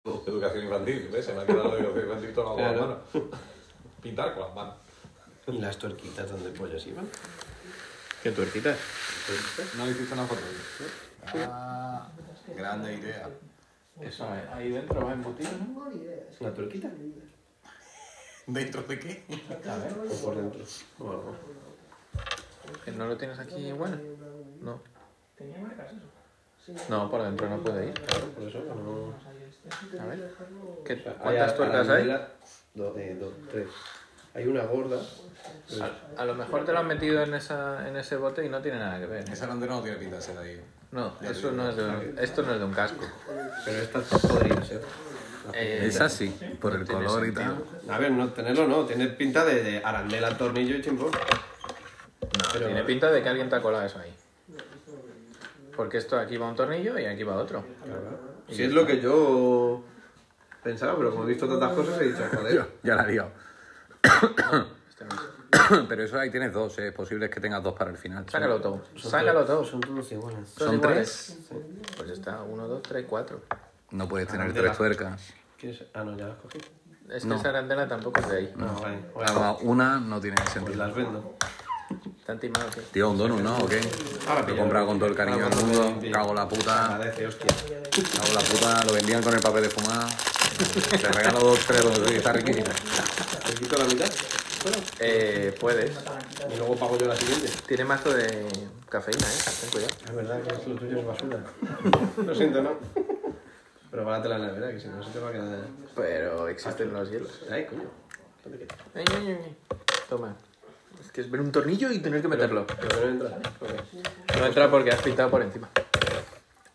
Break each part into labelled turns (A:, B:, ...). A: Educación infantil, ¿ves? Se me ha quedado la educación infantil tomado con
B: Claro.
A: las manos. Pintar con las manos.
B: ¿Y las tuerquitas donde pollas iban?
C: ¿Qué tuerquitas?
A: No le hiciste una foto.
D: Ah, grande idea.
C: Eso, eh, ahí dentro va embutido, ¿no?
E: tengo ni idea. es
B: ¿Una
E: que-
B: turquita?
D: ¿Dentro de qué?
C: A ver.
B: ¿O por dentro? O algo.
C: ¿No lo tienes aquí, bueno? No.
F: ¿Tenía marcas eso?
C: No, por dentro no puede ir.
B: Claro, por eso no...
F: Más allá este.
C: A ver. ¿Qué-
B: O sea, hay a-
C: ¿Cuántas
B: a
C: tuercas
B: la
C: hay?
B: novela, do- eh, dos, tres. Hay una gorda. pues,
C: A, a lo mejor te lo han metido en, esa, en ese bote y no tiene nada que ver. ¿eh?
D: Esa bandera no tiene pinta de ser ahí.
C: No, eso no es de un- esto no es de un casco.
B: pero esta podría ser.
C: Eh,
G: Es así, por
C: no
G: el
C: tiene
G: color y
C: sentido.
G: tal.
B: A ver, no tenerlo no. Tiene pinta de, de arandela, tornillo y chimpón.
C: No,
B: Pero-
C: tiene pinta de que alguien te ha colado eso ahí. Porque esto aquí va un tornillo y aquí va otro.
B: Si es lo que yo pensaba, pero como he visto tantas cosas he dicho, joder.
G: Ya la he liado.
C: Este no es.
G: Pero eso ahí tienes dos, ¿eh? es posible que tengas dos para el final.
C: Sácalo todo. Sácalo todo.
B: Son todos iguales.
C: Todos
G: ¿Son
C: iguales. Pues está, uno, dos, tres, cuatro.
G: No puedes
F: Ah,
G: tener
B: Arandela.
G: tres tuercas.
B: ¿Quieres? Ah, no, ya las cogí.
C: Es que
G: No.
C: esa arandela tampoco es de ahí.
B: No, vale. Bueno,
G: Claro, una no tiene
B: pues
G: sentido.
B: las vendo.
C: Tan timado que.
G: Tío, un donut, ¿no? ¿O qué? Lo he comprado con todo el cariño del mundo. Cago en la puta.
B: Agradece, hostia.
G: Cago en la puta. Lo vendían con el papel de fumar. Te regalo dos, tres donuts. Está riquísimo.
B: Te quito la mitad
C: Eh, puedes.
B: y luego pago yo la siguiente.
C: Tiene mazo de cafeína, eh. Ten cuidado.
B: Es verdad que lo tuyo es basura. Lo siento, ¿no? Pero báratela en la nevera, que si no se te va a quedar...
C: Pero existen los hielos.
B: Ay, coño. ¿Dónde queda?
C: Ay, ay, ay, ay. Toma. Es que es ver un tornillo y tener que meterlo.
B: Pero que no entra.
C: No entra porque has pintado por encima.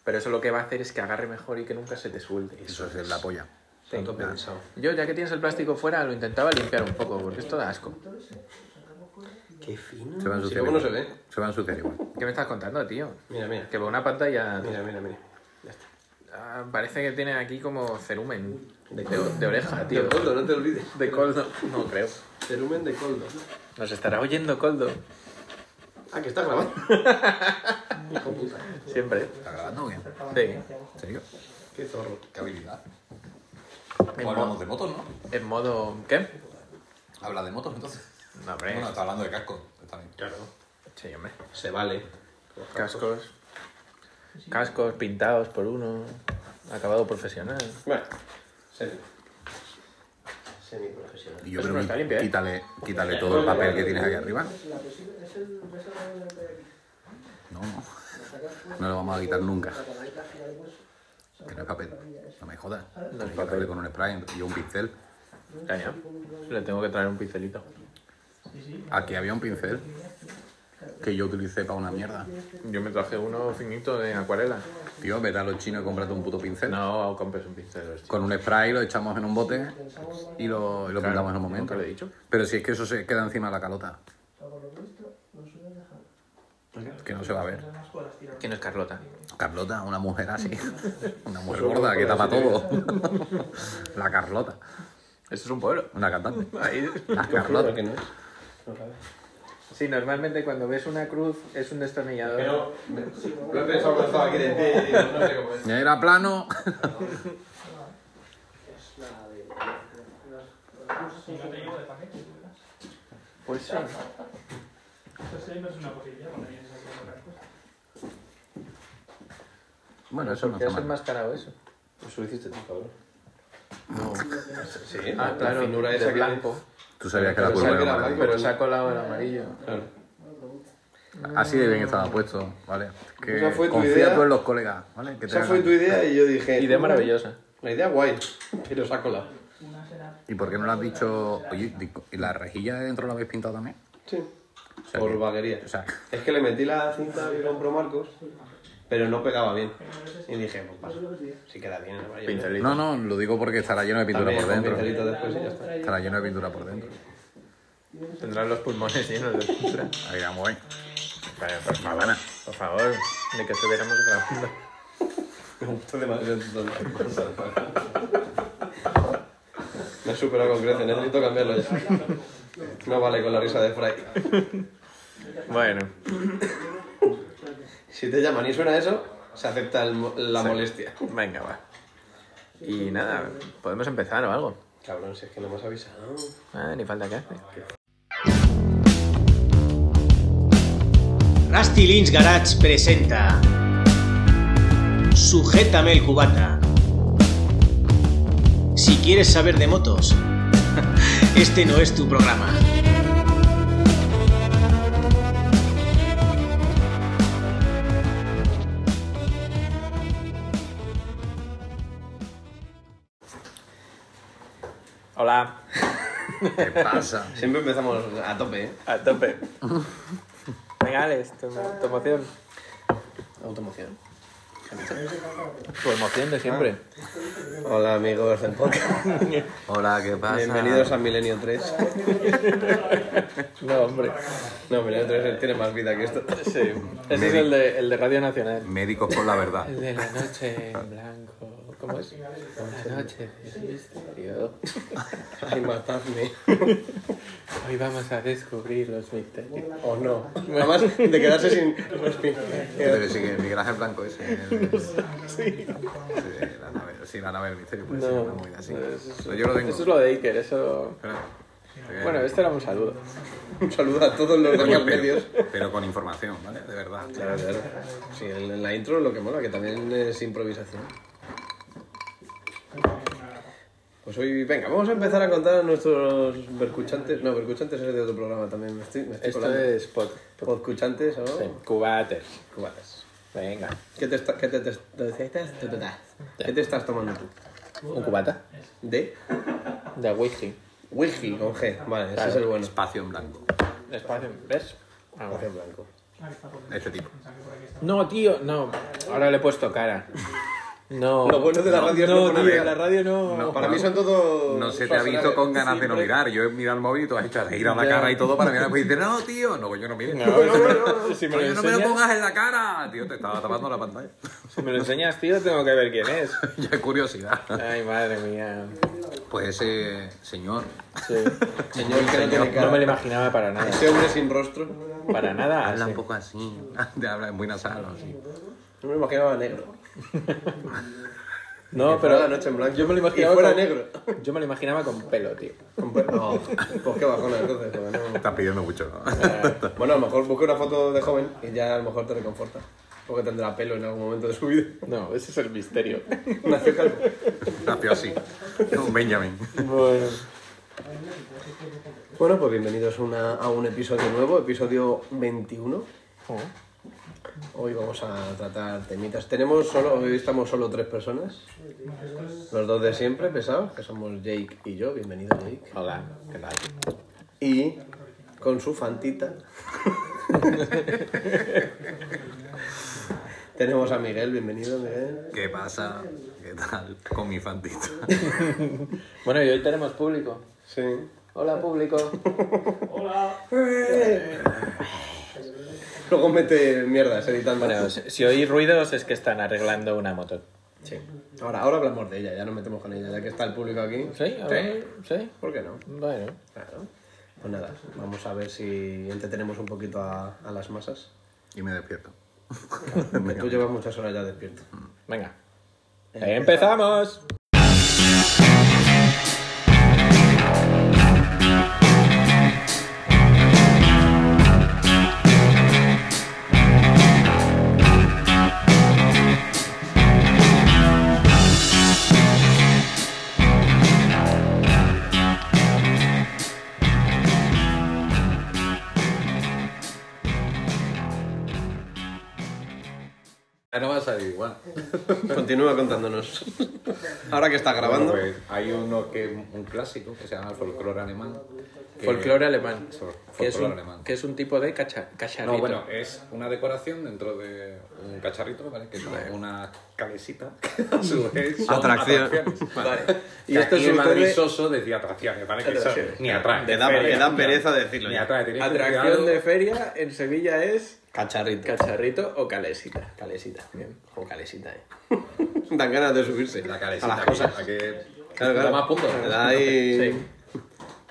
C: Pero eso lo que va a hacer es que agarre mejor y que nunca se te suelte.
G: Eso es la polla.
B: Está todo pensado.
C: Yo, ya que tienes el plástico fuera, lo intentaba limpiar un poco, porque esto da asco.
B: Qué fino.
G: Se va a
B: Si
G: ensuciar
B: luego no se
G: igual.
B: ve.
G: Se va a ensuciar igual.
C: ¿Qué me estás contando, tío?
B: Mira, mira.
C: Que va una pantalla...
B: Mira, mira, mira. Ya está.
C: Ah, parece que tiene aquí como cerumen de, de oreja, tío.
B: De coldo, no te olvides.
C: De coldo. No creo.
B: Cerumen de coldo.
C: Nos estará oyendo coldo.
B: Ah, que está grabando. Hijo puta.
C: Siempre.
G: ¿Está grabando o qué? ¿En
C: Sí.
G: serio?
B: Qué zorro.
D: Qué habilidad.
C: En,
D: Hablamos
C: mo-
D: de motos, ¿no?
C: en modo... ¿Qué?
D: Habla de motos entonces.
C: No, hombre.
D: Bueno, está hablando de casco también.
B: Claro.
C: Sí, hombre.
B: Se vale.
C: Cascos. Cascos pintados por uno. Acabado profesional.
B: Bueno. Semi. Semiprofesional.
G: Y yo
C: Eso
G: creo
C: no está limpio,
G: que
C: ¿eh?
G: quítale, quítale todo el papel que tienes ahí arriba.
E: La presión es el ves el rollo que hay aquí.
G: No, no.
E: La sacas fuera,
G: No lo vamos a quitar nunca.
E: la tomáis la gira de hueso,
G: Que no es papel. No me jodas.
C: No es
G: Papel
C: papel.
G: con un spray y un pincel.
C: Caña. Le tengo que traer un pincelito.
G: Aquí había un pincel que yo utilicé para una mierda.
C: Yo me traje uno finito de acuarela.
G: Tío, vete a los chinos y cómprate un puto pincel.
C: No, compres un pincel. de los chicos.
G: Con un spray lo echamos en un bote y lo, y lo
C: Claro,
G: pintamos en un momento.
C: nunca lo he dicho.
G: Pero si es que eso se queda encima de la calota,
E: pero por lo visto, no suelen dejar.
G: que no se va a ver.
F: Las colas tiraron.
C: ¿Quién es Carlota?
G: Carlota, una mujer así. Una mujer gorda que tapa todo. La Carlota,
C: Esto es un pueblo.
G: una cantante.
C: Ahí-
G: La Carlota.
B: que no es.
C: Sí, normalmente cuando ves una cruz es un destornillador.
B: Pero me- lo he pensado cuando estaba aquí de pie y digo, no sé cómo es.
G: Era plano.
F: Si no te llevo de paquete, tú verás.
C: Pues sí.
F: Entonces ahí no es una posibilidad cuando vienes aquí a comprar cosas.
G: Bueno, eso no
C: ¿Qué
G: está
C: has
G: mal.
C: enmascarado eso?
B: Pues lo hiciste tú, cabrón.
C: No.
B: Sí,
C: Ah, claro,
B: la finura
C: de
B: esa que-
C: blanco.
G: Tú sabías que la
B: Pero
G: curva
B: sabe que
G: era
B: era
G: para ti.
B: blanco.
C: Pero se ha colado el amarillo.
B: Claro.
G: Así de bien estaba puesto, ¿vale? Que
B: Esa fue tu
G: confía
B: idea.
G: tú en los colegas, ¿vale? Que te
B: Esa
G: hagan.
B: fue tu idea y yo dije. "Mm".
C: Idea maravillosa.
B: La idea guay, pero se ha colado.
F: Una será.
G: ¿Y por qué no lo has dicho? Oye, digo, ¿y la rejilla de dentro la habéis pintado también?
B: Sí.
G: sea
B: Por
G: que-
B: vaguería.
G: O sea,
B: Es que le metí la cinta que compró Marcos, pero no pegaba bien. Y dije, pues pasa. Si queda bien, ¿no?
C: Pincelito.
G: no, no, lo digo porque estará lleno de pintura
B: También
G: por
B: con
G: dentro.
B: pincelito después y ya está.
G: Estará lleno de pintura por dentro.
C: Tendrán los pulmones llenos de pintura.
G: Ahí vamos, eh.
C: Vaya, por
B: pues,
C: favor.
G: Habana.
C: Por favor, de que estuviéramos grabando.
B: Me gustó demasiado todo. Me he superado con creces, necesito cambiarlo ya. No vale con la risa de Fry.
C: Bueno,
B: Si te llaman y suena eso, se acepta el mo- la molestia.
C: venga, va. Y nada, podemos empezar o algo.
B: Cabrón, si es que no me has avisado.
C: Ah, ni falta que hace.
H: Rusty Lynch Garage presenta Sujétame el cubata. Si quieres saber de motos, este no es tu programa.
C: Hola,
G: ¿Qué pasa?
B: Siempre empezamos a tope, ¿eh?
C: a tope. Venga, Alex, tu, tu emoción.
B: Automoción.
C: Tu emoción de siempre.
B: Hola, amigos del podcast.
G: Hola, ¿qué pasa?
B: Bienvenidos a Milenio 3.
C: No, hombre.
B: No, Milenio 3 tiene más vida que esto.
C: Sí. Ese es el de, el de Radio Nacional.
G: Médicos por la verdad.
C: El de la noche en blanco. ¿Cómo es? La noche de misterio.
B: Ay, matadme.
C: Hoy vamos a descubrir los misterios.
B: O no. Además, de quedarse sin
G: Pero
B: respiración.
G: sí que Miguel Ángel Blanco es el... Sí. la nave, Pues sí, la nave del misterio puede ser una movida así. Pero yo lo tengo.
C: Eso es lo de Iker, eso.
G: Espera. Eh,
C: Bueno, esto era un saludo.
B: Un saludo a todos los
G: coño,
B: demás medios.
G: pero, pero con información, ¿vale? De verdad.
B: Claro, claro. Sí, en la intro lo que mola, que también es improvisación. Pues hoy, venga, vamos a empezar a contar a nuestros vercuchantes. No, vercuchantes es de otro programa también, me estoy, me estoy
C: Esto
B: colando.
C: es pod.
B: Podcuchantes, ¿no?
C: Sí, Cubates.
B: Cubatas.
C: Venga.
B: ¿Qué te, está- qué te, te- te- te- te- te- te- ¿Qué te estás tomando tú?
C: ¿Un cubata?
B: ¿De?
C: De whisky.
B: Whisky con G. Vale, ese
C: Claro.
B: es el bueno.
G: Espacio en blanco.
C: Espacio, ¿ves? Ah,
B: Espacio
C: bueno.
B: en blanco.
G: Este tipo.
C: No, tío, no. Ahora le he puesto cara. No.
B: Lo bueno de la radio es no
C: no,
B: poner
C: tío,
B: cara.
C: la radio no.
G: No.
B: Para mí son todos...
G: No se te ha visto con ganas de no mirar. Yo he mirado el móvil y tú has hecho reír a la
C: Ya.
G: cara y todo para mirar. Pues dices, no, tío, no, yo no miro.
C: No,
G: No,
C: no, no, no. Si me lo
G: yo no me lo
C: enseñas-
G: pongas en la cara. Tío, te estaba tapando la pantalla.
C: Si me lo enseñas, tío, tengo que ver quién es.
G: ya es curiosidad.
C: Ay, madre mía.
G: Pues ese señor.
C: Sí.
B: Señor que no tiene cara.
C: No me lo imaginaba para nada.
B: Ese hombre sin rostro. No
C: Para nada.
G: Habla
C: así.
G: un poco así. Te habla muy nasal o así.
B: me lo imaginaba negro.
C: No,
B: Pero
C: pero.
B: la noche en blanco.
C: Yo me lo imaginaba.
B: Y fuera
C: con-
B: negro.
C: Yo me lo imaginaba con pelo, tío.
B: No, pues qué bajona entonces. porque no-
G: Estás pidiendo mucho, ¿no?
B: Bueno, a lo mejor busca una foto de joven y ya a lo mejor te reconforta. Porque tendrá pelo en algún momento de su vida.
C: No, ese es el misterio.
B: Nació calvo.
G: Nació así. Un Benjamin.
C: Bueno.
B: Bueno, pues bienvenidos una- a un episodio nuevo, episodio 21.
C: Oh.
B: Hoy vamos a tratar temitas. Tenemos solo, hoy estamos solo tres personas. Los dos de siempre, pesados, que somos Jake y yo. Bienvenido, Jake.
C: Hola, ¿qué tal?
B: Y con su fantita. Tenemos a Miguel, bienvenido, Miguel.
G: ¿Qué pasa? ¿Qué tal? Con mi fantito.
C: Bueno, y hoy tenemos público.
B: Sí.
C: Hola, público.
F: Hola.
B: Luego mete mierdas editando.
C: Bueno, si si oís ruidos es que están arreglando una moto.
B: Sí. Ahora, ahora hablamos de ella, ya nos metemos con ella, ya que está el público aquí.
C: ¿Sí? A ver, ¿Sí?
B: ¿Por qué no?
C: Bueno.
B: Claro. Pues nada, vamos a ver si entretenemos un poquito a, a las masas.
G: Y me despierto.
B: Que tú llevas muchas horas ya despierto.
C: Venga. Eh, ¡Empezamos!
G: Ya no va a salir igual.
B: Continúa contándonos. Ahora que está grabando.
G: Bueno, pues, hay uno que es un clásico que se llama el folclore alemán. que-
C: Folclore alemán.
G: Sol-
C: Que es,
G: folclore
C: un,
G: alemán.
C: que es un tipo de cacha- cacharrito.
G: No, bueno, es una decoración dentro de un cacharrito, ¿vale? Mm. Que son unas cabecitas que a su vez son
B: Atracción.
G: atracciones. Vale.
B: Y
G: Y
B: esto
G: esto
B: sucede-
G: en Madrid Soso decía atracciones, ¿vale? Que eso ni atrae.
B: Que da,
G: es
B: que
G: feria,
B: da pereza decirlo.
G: Ni
B: ya.
G: atrae. tienes que
C: Atracción
G: cuidarlo.
C: de feria en Sevilla es
B: Cacharrito.
C: cacharrito o calesita.
B: Calesita.
C: Bien.
B: O calesita, eh. Dan ganas de subirse.
G: La carecita.
B: A las cosas.
G: la que-
B: Claro,
G: Da
B: claro.
G: más puntos.
B: Te da ahí-
C: Sí.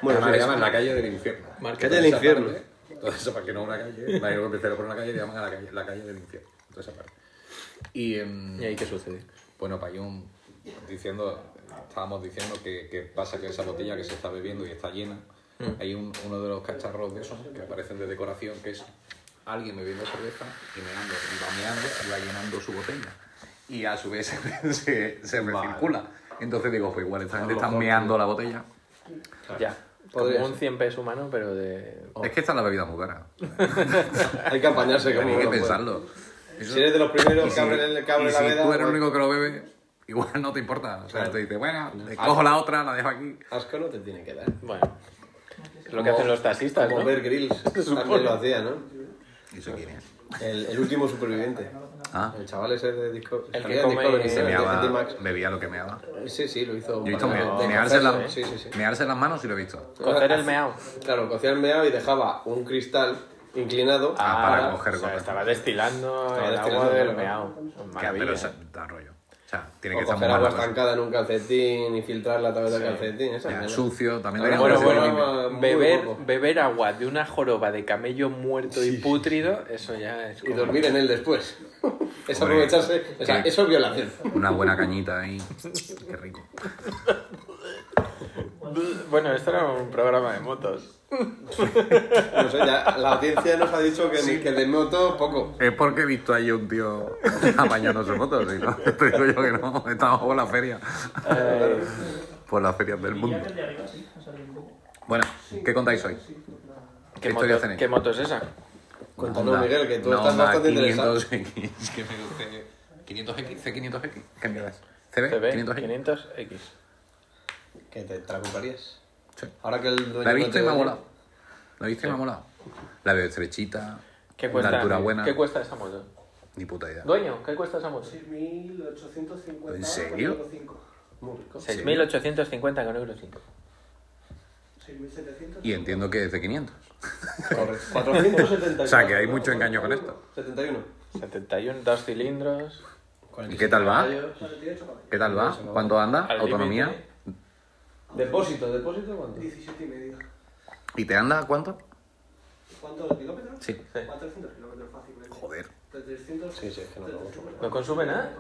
B: Bueno,
G: Bueno,
B: sí,
G: le llaman la calle del infierno.
C: Marca
B: Calle del
G: Esa
B: infierno.
G: parte, Todo eso para que no una calle. Imagino que empecé por una calle y le llaman a la calle, la calle del infierno. Toda esa parte. Y, em,
C: ¿Y ahí qué sucede?
G: bueno, pues hay un diciendo, estábamos diciendo que, que pasa que esa botella que se está bebiendo y está llena, hay un- uno de los cacharros de esos que aparecen de decoración que es alguien bebiendo cerveza y meando, y va meando y va llenando su botella. Y a su vez se, se, se recircula. Entonces digo, pues igual esta gente está meando la botella.
C: Ya.
B: Podría
C: Como un 100 pesos humano, pero de.
G: Es que esta es la bebida muy cara.
B: Hay que apañarse como
G: Hay que
B: uno puede.
G: pensarlo. Eso-
B: Si eres de los primeros
G: Y
B: que
G: si-
B: abren el- que abren
G: y
B: la
G: si
B: veda.
G: tú eres el
B: pues,
G: único que lo bebe, igual no te importa. O sea, te dice, bueno, le
B: Ah.
G: cojo la otra, la dejo aquí.
B: Asco no te tiene que dar.
C: Bueno. Es lo que hacen los taxistas,
B: Como
C: ¿no?
B: Bear Grylls también lo hacía, ¿no?
G: ¿Y eso quién es?
B: El, el último superviviente.
G: Ah,
B: El chaval ese de disco.
C: El que
B: salía en
C: come-
B: Discovery,
C: se
B: ¿no?
G: se
B: El de
G: meaba,
B: Max.
G: bebía lo que meaba.
B: Sí, sí, lo hizo.
G: Yo he visto
B: para-
G: me-
B: de
G: mearse,
B: cocerlo,
G: la-
B: Sí, sí, sí.
G: mearse las manos y lo he visto.
C: Coger el meao.
B: Claro, cocía el meado y dejaba un cristal inclinado.
G: Ah, para coger
C: o sea,
G: gotas.
C: estaba destilando el
B: destilando
C: agua del
B: el
C: meao.
B: meao.
G: Que, pero
C: Maravilla.
G: eso da rollo. O sea, tiene que
B: O
G: estar muy
B: coger
G: pues. mal.
B: agua
G: la cosa.
B: estancada en un calcetín y filtrarla a través del calcetín. Esa
G: Ya,
B: mierda.
G: Sucio, también
B: Ahora,
C: Bueno,
G: debería ser limpio.
B: bueno, muy
C: Beber,
B: poco.
C: beber agua de una joroba de camello muerto y pútrido, eso ya es.
B: Y
C: como-
B: dormir en él después. es
G: Hombre,
B: aprovecharse. O sea,
G: qué-
B: eso es violación.
G: Una buena cañita ahí. Qué rico.
C: Bueno, esto era un programa de motos.
B: No sé, ya la audiencia nos ha dicho que, que de moto poco.
G: Es porque he visto ahí un tío apañándose fotos. Y no, te digo yo que no. Estamos por la feria.
B: Eh.
G: Por las ferias del
F: Y ya
G: mundo.
F: que el de arriba sí, ha salido un poco.
G: Bueno, ¿qué contáis hoy?
C: ¿Qué,
G: ¿Qué historias
C: moto,
G: tenéis? ¿Eh?
C: ¿Qué moto es esa?
B: Cuéntanos,
G: Honda-
B: Miguel, que tú
G: una
B: estás
G: Honda
B: bastante interesado.
G: 500X, que me guste. 500X, C500X. ¿Qué mierda es? CB,
C: CB
G: 500X.
C: 500X.
B: Que te, te la comprarías.
G: Sí.
B: Ahora que el dueño.
G: La he
B: no
G: visto
B: te
G: y me ha
B: oye.
G: molado. La he visto y me ha molado. La veo estrechita.
C: ¿Qué
G: Una
C: cuesta,
G: altura buena.
C: ¿Qué cuesta esa moto?
G: Ni puta idea.
C: Dueño, ¿qué cuesta esa moto?
E: 6.850.
G: ¿En serio?
E: 4.5.
B: Muy rico.
C: 6.850 con euro 5.
E: 6.700.
G: Y entiendo que es de 500.
B: Correcto. 471.
G: O sea, que hay mucho engaño con esto.
B: 71.
C: 71, dos cilindros.
B: Pues
G: ¿Y qué tal va?
B: 45 caballos.
E: 48 caballos.
G: ¿Qué tal va? ¿Cuánto anda?
C: Al
G: Autonomía.
C: límite.
B: Depósito, depósito, ¿cuánto?
E: 17 y medio.
G: ¿Y te anda cuánto?
E: ¿Cuánto los kilómetros?
G: Sí.
E: 400 kilómetros fácilmente.
G: Joder.
E: De 300.
B: Sí, sí, es que no lo
C: No consume nada.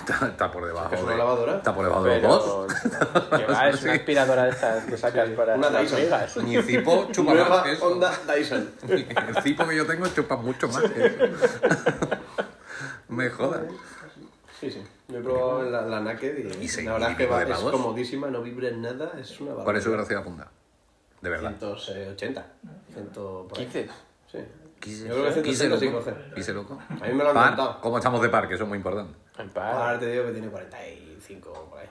G: Está, está por debajo
B: ¿Es una
G: de-
B: lavadora?
G: Está por debajo de los dos.
C: Pero. Que va, es una aspiradora de estas que sacas para
B: Una
C: las
B: Dyson.
C: migas.
G: Ni Zipo chupa más
B: Nueva
G: que eso.
B: Honda Dyson.
G: El Zipo que yo tengo chupa mucho más que eso. Me jodas.
B: Sí, sí. Yo he probado la, la Naked y,
G: Y seis
B: la verdad
G: y
B: es que
G: pico
B: va,
G: de
B: es
G: pavos.
B: comodísima, no vibra en nada, es una barbaridad.
G: ¿Cuál es su velocidad punta? De verdad.
B: 180. 100 por ahí.
C: 15.
B: Sí.
G: Quise,
B: Yo creo que
G: quise
B: 175
G: loco.
B: hacer.
G: Quise loco.
B: A mí me lo han
G: Par,
B: contado.
G: ¿Cómo estamos de par? Que eso es muy importante.
C: En par.
G: Ah,
B: Ahora te digo que tiene 45 o por ahí.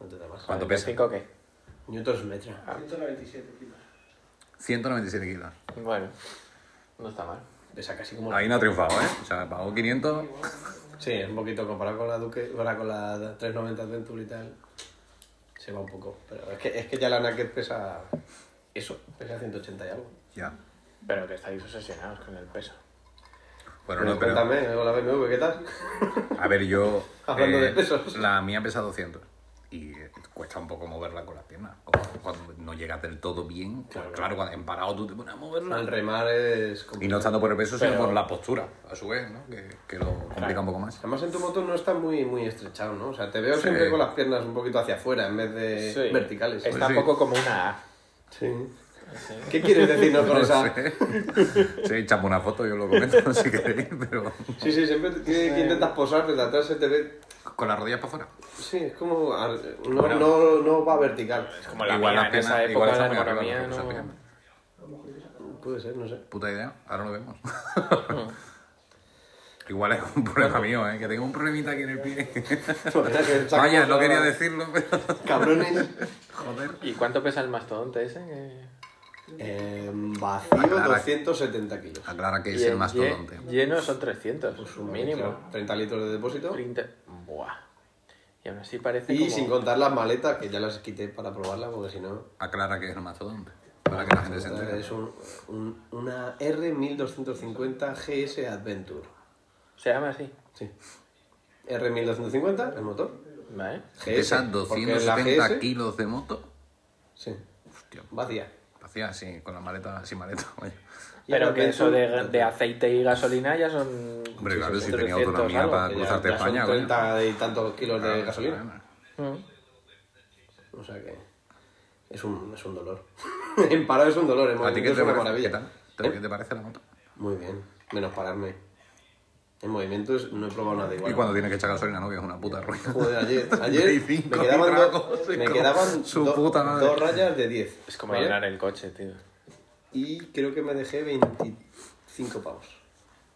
B: No te da más.
G: ¿Cuánto Ah. pesa?
C: 5 qué?
B: Newtons metra.
E: 197 kilos.
G: 197 kilos.
C: Bueno, no está mal.
B: Pesa casi como.
G: Ahí no ha triunfado, ¿eh? O sea, pagó 500.
B: Sí, es un poquito comparado con la Duque, ahora con la 390 Adventure y tal. Se va un poco. Pero es que, es que ya la Naked pesa. Eso, pesa 180 y algo.
G: Ya.
C: Pero que estáis obsesionados con el peso.
G: Bueno, no, pero.
B: Cuéntame, con la BMW, ¿qué tal?
G: A ver, yo. eh,
B: Hablando de pesos.
G: La mía pesa 200. Y eh, cuesta un poco moverla con las piernas. Como Cuando no llegas del todo bien, pues, claro, cuando en parado tú te pones a
B: Al
G: moverla.
B: remar es.
G: Y
B: complicado.
G: no estando por el peso, sino
C: Pero-
G: por la postura, a su vez, ¿no? Que, que lo complica un poco más.
B: Además en tu moto no está muy, muy estrechado, ¿no? O sea, te veo
G: Sí.
B: siempre con las piernas un poquito hacia afuera en vez de verticales.
C: Está
G: Eh, sí.
C: un poco como una A.
B: Sí. ¿Qué quieres decirnos con
G: No
B: esa?
G: sé. Sí, echamos una foto, yo lo comento si queréis, pero.
B: Sí, sí, siempre que, que intentas posar, desde atrás se te ve...
G: Con las rodillas para afuera.
B: Sí, es como... al- No, no, no va vertical.
C: Como la
G: Igual
C: mía
G: las
C: en esa
G: piernas-
C: época
G: igual
C: la
G: está muy arriba,
C: economía
G: las
C: no...
G: cosas
B: Puede ser, no sé.
G: Puta idea, ahora lo vemos. Igual es un problema mío, ¿eh? que tengo un problemita aquí en el pie. Vaya, no quería decirlo, pero
B: Cabrones.
G: joder.
C: ¿Y cuánto pesa el mastodonte ese? Que-
B: Eh, vacío, 270 kilos.
G: Aclara que es
C: Llen-
G: el mastodonte.
C: lle- Lleno son 300,
B: Pues
C: mínimo.
B: 30 litros de depósito.
C: 30. Buah. Y aún así parece
B: Y
C: como...
B: sin contar las maletas, que ya las quité para probarlas, porque si no...
G: Aclara que es el mastodonte. Para que la gente se entere.
B: Es un- un- una R1250 GS Adventure.
C: Se llama así.
B: Sí. R1250, el motor.
C: ¿Vale?
B: GS.
G: Pesa
B: porque la
G: 270
B: GS
G: kilos de moto.
B: Sí,
G: Hostia,
B: vacía.
G: vacía, sí, con la maleta, sin maleta. vaya.
B: Y
C: Pero
B: el
C: que eso de,
B: Adventure-
C: de aceite y gasolina ya son...
G: Hombre, claro, si
C: 300
G: tenía autonomía
C: algo.
G: para
B: que ya-
G: cruzarte
B: ya son
G: España, coño. Ah,
B: 30 y tantos kilos de gasolina.
G: Claro,
B: O sea que es un, es un dolor. en parar es un dolor, en
G: ¿A ti
B: movimiento
G: qué
B: es
G: te
B: una
G: parece?
B: maravilla.
G: ¿Qué
B: ¿Eh?
G: tal? ¿Te- ¿Qué te parece la moto?
B: Muy bien, menos pararme. En movimientos no he probado nada igual.
G: Y cuando tienes que echar gasolina, no, que es una puta ruina.
B: Joder, ayer, ayer
G: 35
B: me quedaban,
G: tragos,
B: dos-
G: sí,
B: me
G: como
B: quedaban
G: su
B: do-
G: puta madre.
B: dos rayas de 10.
C: Es como
B: ¿vale?
C: llenar el coche, tío.
B: Y creo que me dejé 25 pavos.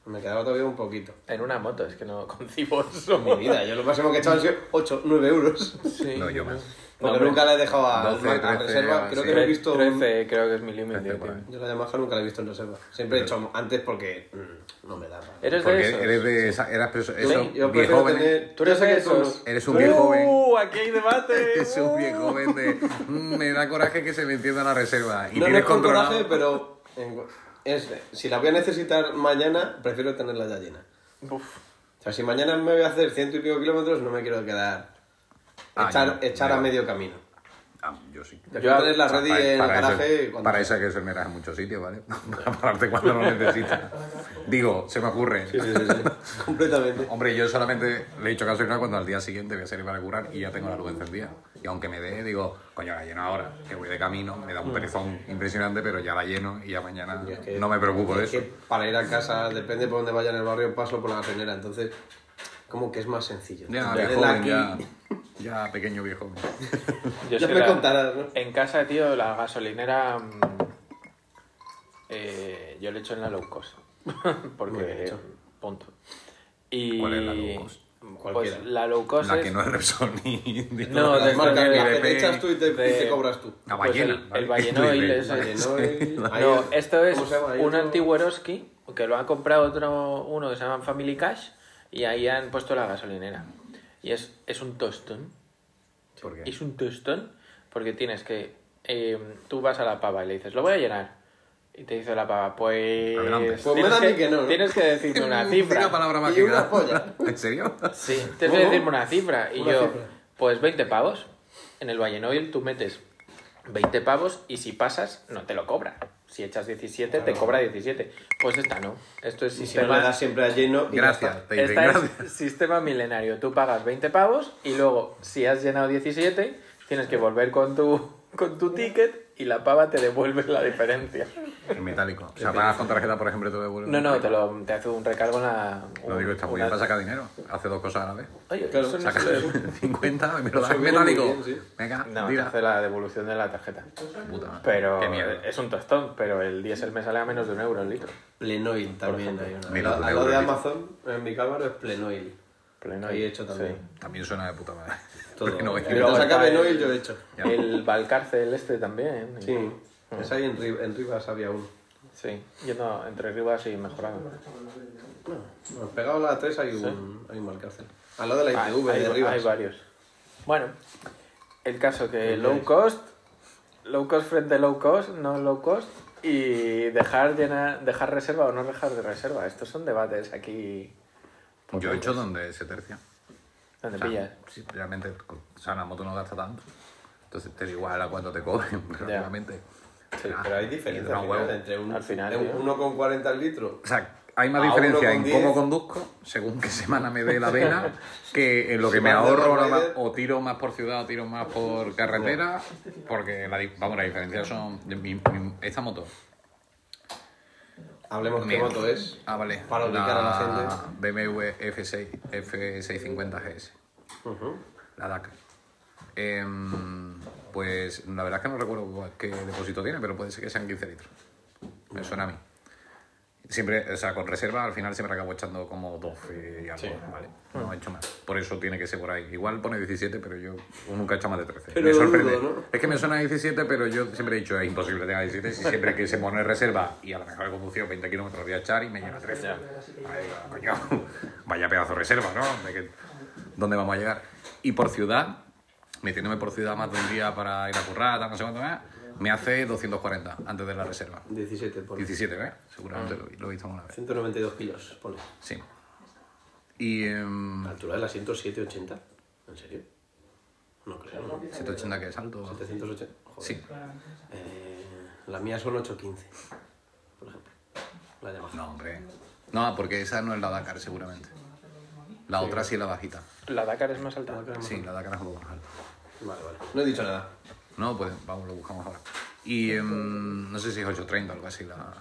B: Me quedaba todavía un poquito.
C: En una moto, es que no concibo eso.
B: Mi vida, yo lo máximo que he echado han sido 8, 9 euros.
C: Sí.
G: No, yo más.
B: Porque
C: hombre.
B: nunca la he dejado a,
G: 12,
B: a
G: 13,
B: reserva.
G: ah,
B: Creo
G: sí.
B: que no he visto. un-
C: 13 creo que es mi límite,
G: 13 por
C: tío.
G: ahí.
B: Yo la de Maja nunca la he visto en reserva. Siempre he hecho antes porque mm, no me da. para-
C: ¿Eres de
G: Porque
C: esos?
G: eres de esa, eras preso,
B: Yo-
G: eso,
B: yo
G: bien
B: prefiero
G: joven. ¿eh?
B: tener.
C: Tú eres
B: yo sé
C: de
B: que tú no-
C: esos.
G: Eres un viejo
C: ¡Uh! Aquí hay debate.
G: Es un viejo
B: Uh.
G: joven de. "Mm, Me da coraje que se me entienda la reserva. Y
B: No, no
G: tienes
B: es con
G: controlado.
B: coraje, pero en- es- si la voy a necesitar mañana, prefiero tenerla ya llena.
C: Uf.
B: O sea, si mañana me voy a hacer ciento y pico kilómetros, no me quiero quedar.
G: Ah,
B: echar
G: yo-
B: echar a
G: yo-
B: medio camino.
G: Ah, yo sí.
B: Yo tener la
G: O sea,
B: ready
G: para-
B: en el
G: para eso-
B: garaje. y cuando-
G: Para eso hay que solmeras en muchos sitios, ¿vale? para pararte cuando lo necesitas. Digo, se me ocurre.
B: Sí, sí, sí. Completamente.
G: Hombre, yo solamente le he dicho gasolina cuando al día siguiente voy a salir para curar y ya tengo la luz encendida. Y aunque me dé, digo, coño, la lleno ahora, que voy de camino, me da un perezón impresionante, pero ya la lleno y ya mañana
B: Y es que-
G: no me preocupo de
B: Es que
G: eso.
B: para ir a casa, depende por dónde vaya en el barrio, paso por la gasolinera. Entonces, como que es más sencillo.
G: Ya,
B: Tenerla
G: viejo,
B: aquí-
G: ya, ya pequeño viejo.
C: Yo
B: Ya
C: soy
B: me
C: la-
B: contarás, ¿no?
C: En casa, tío, la gasolinera. mm, eh, yo le echo en la low cost.
B: Muy bien
C: Porque.
B: hecho.
C: Punto. Y,
G: ¿Cuál es la low cost?
C: Pues
B: Cualquiera.
C: la low cost.
G: La
C: Pues es-
G: que no es Repsol ni... ni
C: No,
G: nada.
B: Las
C: de-
B: marcas
C: de-
B: que
G: de-
B: te echas tú y te, y
C: de-
B: te cobras tú.
G: La
C: pues
G: ballena.
C: el- el
G: ¿vale? Que tú
C: Ballenoil
G: dices,
C: es-
B: Vale, no es- ahí
C: No, esto es
B: ¿cómo se llama? Ahí
C: un
B: no-
C: antigueroski que lo ha comprado otro uno que se llama Family Cash y ahí han puesto la gasolinera. Y es, es un tostón.
G: ¿Por qué?
C: Es un tostón porque tienes que... eh, tú vas a la pava y le dices, lo voy a llenar. Y te dice la pava, pues...
G: Adelante. Pues
B: me
C: tienes
B: da a mí que no, ¿no?
C: Tienes que decirme una
G: Mm,
C: cifra.
G: Una palabra
B: Y una
G: mágica.
B: polla.
G: ¿En serio?
C: Sí, tienes que
B: ¿Cómo?
C: decirme una cifra. Y
B: Una
C: yo,
B: cifra.
C: pues 20 pavos. En el Vallenoil tú metes 20 pavos y si pasas, no te lo cobra. Si echas 17, te
B: Claro.
C: cobra 17. Pues esta no. Esto es
B: Y si no
C: sistema.
B: le das siempre a lleno. y ya
G: Gracias.
B: está.
G: te dicen
C: esta
G: gracias.
C: es sistema milenario. Tú pagas 20 pavos y luego, si has llenado 17, tienes que volver con tu, con tu ticket y la pava te devuelve la diferencia.
G: En metálico. O sea, pagas con tarjeta, por ejemplo, y te devuelven.
C: No, no, te, lo, te hace un recargo en la.
G: Lo digo, está muy
C: una-
G: bien para sacar dinero. Hace dos cosas a la vez.
C: Oye,
B: Claro,
C: eso no
G: Saca
C: se-
G: 50, me lo das en
B: viene muy
G: metálico.
B: bien, sí.
G: Venga,
C: No, te
G: tira.
C: hace la devolución de la tarjeta.
G: Puta madre.
C: Pero
G: Qué mierda.
C: es un tostón, pero el diésel me sale a menos de un euro el litro.
B: Plenoil también hay una.
G: Mira,
B: Al- Al lado
G: Plenoil.
B: de Amazon, en mi cámara es Plenoil.
C: Pleno
B: Ahí he hecho también.
G: También suena de puta madre.
B: Todo.
G: Plenoil.
B: Mientras
C: luego está
B: acabe
C: el-
B: Noil, yo he hecho.
G: Ya.
C: El Valcárcel este también. y-
B: Sí. Mm. Es ahí en, Ri- en Rivas había uno.
C: Sí, yendo entre Rivas y mejorando.
B: Bueno, pegado a la 3 hay un, hay un Valcárcel. Al lado de la
C: Ah,
B: ITV
C: hay,
B: de Rivas.
C: hay varios. Bueno, el caso que
B: El
C: low
B: Noil.
C: cost, low cost frente a low cost, no low cost, y dejar, llena, dejar reserva o no dejar de reserva. Estos son debates aquí
G: Yo he hecho donde se tercia.
C: donde
G: O sea,
C: pillas.
G: sí, realmente, o sea, la moto no gasta tanto. Entonces te da igual a cuánto te cobren, pero
C: Ya.
G: realmente.
C: Sí,
G: Ah,
B: Pero hay
G: me
B: diferencia
G: da
B: al
G: un
B: final,
G: huevo.
B: entre un,
C: Al final, ¿eh?
B: de un
C: tío.
B: 1,40 litros.
G: O sea, hay más
B: A
G: diferencia en
B: 1,10.
G: cómo conduzco, según qué semana me dé la vena, que en lo que
B: Si
G: me
B: vas de
G: ahorro
B: Rock
G: la-
B: Rider.
G: o tiro más por ciudad o tiro más por carretera, porque la, di- vamos, las diferencias son... de mi- mi- esta moto...
B: Hablemos qué
G: mira,
B: moto es.
G: Ah, vale.
B: Para ubicar a la
G: BMW F6, F650GS, la DAC. Em, pues la verdad es que no recuerdo qué depósito tiene, pero puede ser que sean 15 litros. Me suena a mí. Siempre, o sea, con reserva al final siempre acabo echando como 12 y algo, ¿vale? No he hecho más. Por eso tiene que ser por ahí. Igual pone 17, pero yo nunca he hecho más de 13.
B: Pero
G: me
B: lo dudo,
G: sorprende.
B: ¿no?
G: Es que me suena a 17, pero yo siempre he dicho, es imposible tener 17. Si siempre que se pone reserva y a lo mejor he conducido 20 kilómetros voy a echar y me lleva 13. Ay, coño, vaya pedazo de reserva, ¿no? ¿De qué- ¿Dónde vamos a llegar? Y por ciudad, metiéndome por ciudad más de un día para ir a currar, tal, no sé cuánto más, me hace 240 antes de la reserva.
B: 17 por
G: 17, ¿ves? ¿eh? Seguramente lo, lo he visto alguna vez.
B: 192 kilos, pone.
G: Sí. Y em,
B: La altura del asiento es 780. ¿En serio? No creo, ¿no?
G: 780 que es alto.
B: 780. Joder.
G: Sí.
B: Eh, la mía son 815, por ejemplo. La de Yamaha.
G: No, hombre. No, porque esa no es la Dakar, seguramente. La otra sí es la bajita.
C: La Dakar es más alta.
G: Sí, la Dakar es un poco más alta.
B: Vale, vale. No he dicho nada.
G: No, pues vamos, lo buscamos ahora. Y em, no sé si es 8.30 o algo así. La, la-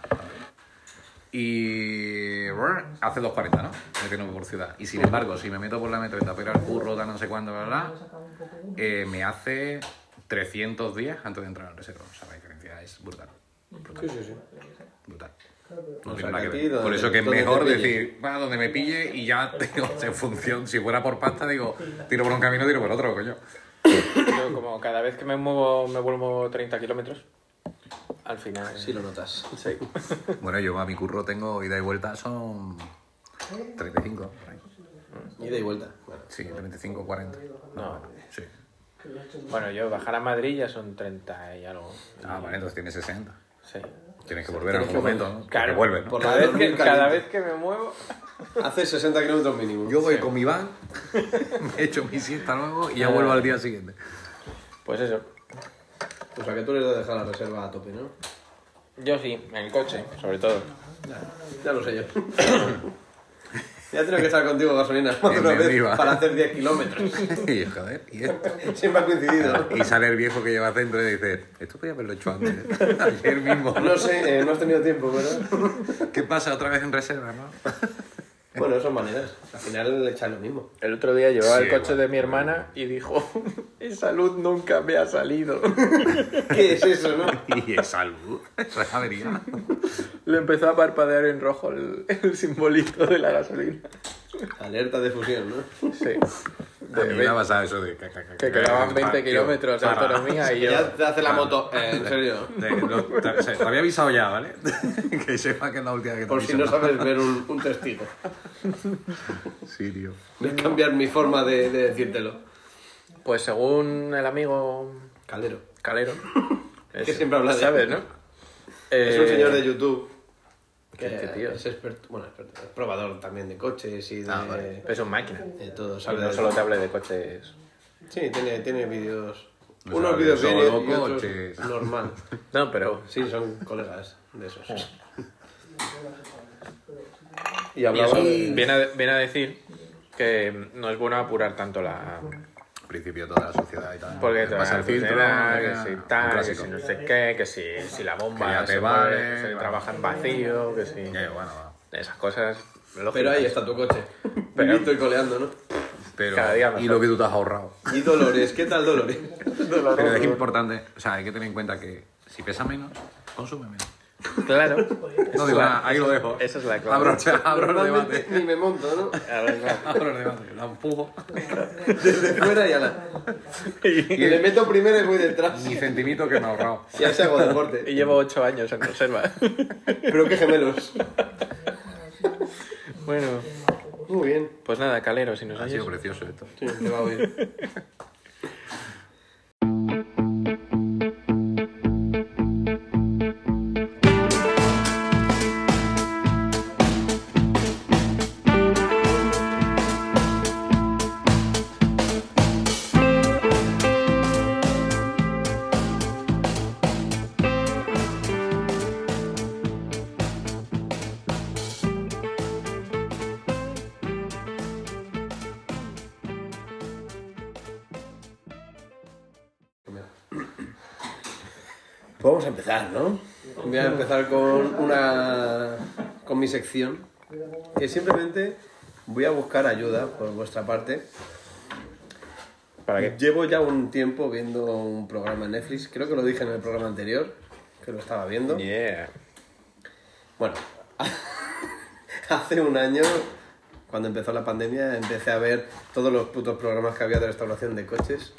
G: Y brr, hace 2.40, ¿no? Me tengo por ciudad. Y sin embargo, si me meto por la metreta, pero al curro, da no sé cuándo, bla, bla, eh, me hace 300 días antes de entrar al reserva. O sea, la diferencia es brutal.
B: Sí, sí, sí.
G: Brutal. No
B: O
G: tiene
B: sea,
G: nada
B: que
G: que
B: a ti
G: ver.
B: donde-
G: Por eso que es
B: donde te
G: mejor
B: pille.
G: decir, va donde me pille y ya tengo en función. Si fuera por pasta, digo, tiro por un camino, tiro por otro, coño.
C: Yo como cada vez que me muevo me vuelvo 30 kilómetros, al final...
B: Sí lo notas.
C: Sí.
G: Bueno, yo a mi curro tengo ida y vuelta son 35. por ahí.
B: Ida y vuelta. Bueno.
G: Sí, 35, 40.
C: No.
G: Sí.
C: Bueno, yo bajar a Madrid ya son 30 y algo.
G: Ah, vale, entonces tienes 60.
C: Sí.
G: Tienes que volver en
B: Tienes
G: algún
B: que volver.
G: momento, ¿no? Porque vuelve, ¿no?
B: Por la
C: Cada vez,
B: de
C: que,
B: dormir
C: cada
B: caliente.
C: vez que me muevo,
B: Hace 60 kilómetros mínimo.
G: Yo voy con mi van, me echo mi siesta luego y ya vuelvo al día siguiente.
C: pues eso.
B: O sea que tú les has dejado la reserva a tope, ¿no?
C: Yo sí, en el coche, sobre todo.
B: Ya lo sé yo. ya tengo que estar contigo, gasolina,
G: En
B: otra vez
G: Berriba.
B: para hacer 10 kilómetros.
G: Y yo, joder, y esto.
B: Siempre ha coincidido.
G: Y sale el viejo que llevas dentro y dices, esto podía haberlo hecho antes, ¿eh? ayer mismo.
B: No sé, eh, no has tenido tiempo, ¿verdad?
G: ¿Qué pasa otra vez en reserva, no?
B: bueno, son maneras. Al final le echan lo mismo.
C: El otro día llevaba
G: Sí,
C: el coche
G: igual.
C: de mi hermana y dijo, esa luz nunca me ha salido.
B: ¿Qué es eso, no?
G: Y es salud, eso es avería.
C: Le empezó a parpadear en rojo el, el simbolito de la gasolina.
B: Alerta de fusión, ¿no?
C: Sí.
G: A mí
C: De
G: me ha
C: ve-
G: pasado eso de... ca, ca, ca,
C: que
G: ca,
C: quedaban
G: ca,
C: 20
G: tío,
C: kilómetros de
G: para.
C: autonomía y yo...
B: Ya te hace la moto, eh, en serio.
G: Eh, lo- te, se- te había avisado ya, ¿vale? que sepa que es la última que te
B: Por si
G: aviso.
B: no sabes ver un, un testigo.
G: Sí, tío.
B: Voy a cambiar mi forma de, de decírtelo.
C: Pues según el amigo
B: Caldero.
C: Calero...
B: que siempre habla de-
C: ¿Sabes, no?
B: Es un
C: Eh,
B: señor de YouTube.
C: que este tío-
B: es experto, bueno, experto, es probador también de coches y de,
G: Ah, vale.
C: eh, Es un máquina.
B: de todo.
C: Y
B: sabe
C: no
B: de-
C: solo te hable de coches.
B: Sí, tiene, tiene vídeos.
G: No
B: Unos
G: sabe,
B: vídeos
G: son
B: bien y
G: locos,
B: otros
G: sí.
B: normal.
C: No, pero.
B: Sí, son colegas de
C: Oh.
B: esos.
C: Y eso viene, a, viene a decir que no es bueno apurar tanto la.
G: Al principio toda la sociedad y tal.
C: Porque te
G: pasa
C: van a
G: el filtro,
C: funcionar,
G: ya,
C: que si
G: un
C: tal, que
G: clásico.
C: si no sé qué, que si, si la bomba
G: Que ya te
C: se
G: vale,
C: mueve, que se
G: vale.
C: trabaja en vacío, que si.
G: Que bueno, va.
C: Esas cosas.
B: Pero
C: lógicas.
B: ahí está tu coche.
C: Pero-
B: Vivito y coleando, ¿no?
G: Pero,
C: Cada día mejor.
G: y lo que tú te has ahorrado.
B: Y Dolores, ¿qué tal Dolores?
G: Pero es importante, o sea, hay que tener en cuenta que si pesa menos, consume menos.
C: Claro.
G: No digo nada, ahí lo dejo.
C: Esa es la clave.
G: Abro, abro el
B: Normalmente
G: debate.
B: ni me monto, ¿no?
G: Abro el debate, la empujo.
B: Desde fuera y ala. Y le meto primero y voy detrás.
G: Ni centimito que me he ahorrado.
B: Y así hago
C: Y
B: deporte.
C: llevo ocho años en reserva.
B: Pero qué gemelos.
C: bueno.
B: Muy bien.
C: Pues nada, Calero, si nos
G: Ha
C: oyes.
G: sido precioso esto.
B: Sí, te va a oír. Pues vamos a empezar, ¿no? Voy a empezar con una. con mi sección. Que simplemente voy a buscar ayuda por vuestra parte.
C: ¿Para qué?
B: Llevo ya un tiempo viendo un programa en Netflix, creo que lo dije en el programa anterior, que lo estaba viendo.
C: Yeah.
B: Bueno, hace un año, cuando empezó la pandemia, empecé a ver todos los putos programas que había de restauración de coches.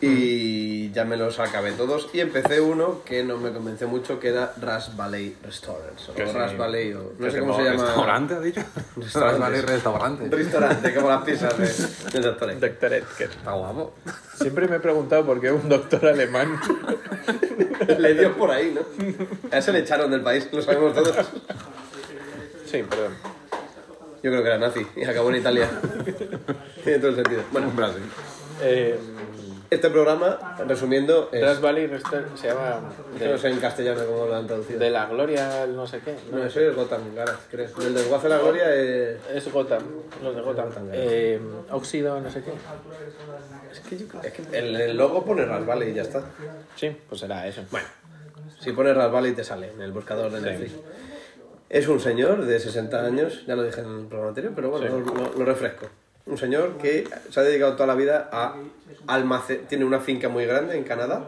B: Y
C: Mm.
B: ya me los acabé todos. Y empecé uno que no me convenció mucho, que era Ras Ballet Restaurants. O
C: Que sí.
B: Ras Ballet, o no
C: Que
B: sé
C: se
B: cómo se
C: ponga
B: llama.
G: ¿Restaurante, has dicho?
B: Restaurantes.
G: Vale, restaurante.
B: Restaurante, como las pizzas de, de doctores.
C: Doctor Edgar.
G: Está guapo.
C: Siempre me he preguntado por qué un doctor alemán.
B: Le dio por ahí, ¿no? A ese le echaron del país, lo sabemos todos. Yo
C: Sí, perdón.
B: creo que era nazi y acabó en Italia. Tiene todo el sentido. Bueno,
G: En Brasil.
C: Eh,
B: este programa, resumiendo,
C: Tras
B: es,
C: Valley Restore se llama.
B: que no sé
C: De,
B: en castellano cómo lo han traducido.
C: de la gloria, al no sé qué.
B: No, eso es Gotham Garage, creo. El desguace de la gloria es...
C: Es Gotham, los de Gotham.
B: Gotham, claro.
C: Eh, óxido, no sé qué.
B: Es que, yo creo- es que el, el logo pone Ras Valley y ya está.
C: Sí, pues será eso. Bueno,
B: Si pones Ras Valley te sale en el buscador de Netflix. Es un señor de 60 años, ya lo dije en el programa anterior, pero bueno, lo, lo- lo refresco. Un señor que se ha dedicado toda la vida a almacenar... Tiene una finca muy grande en Canadá.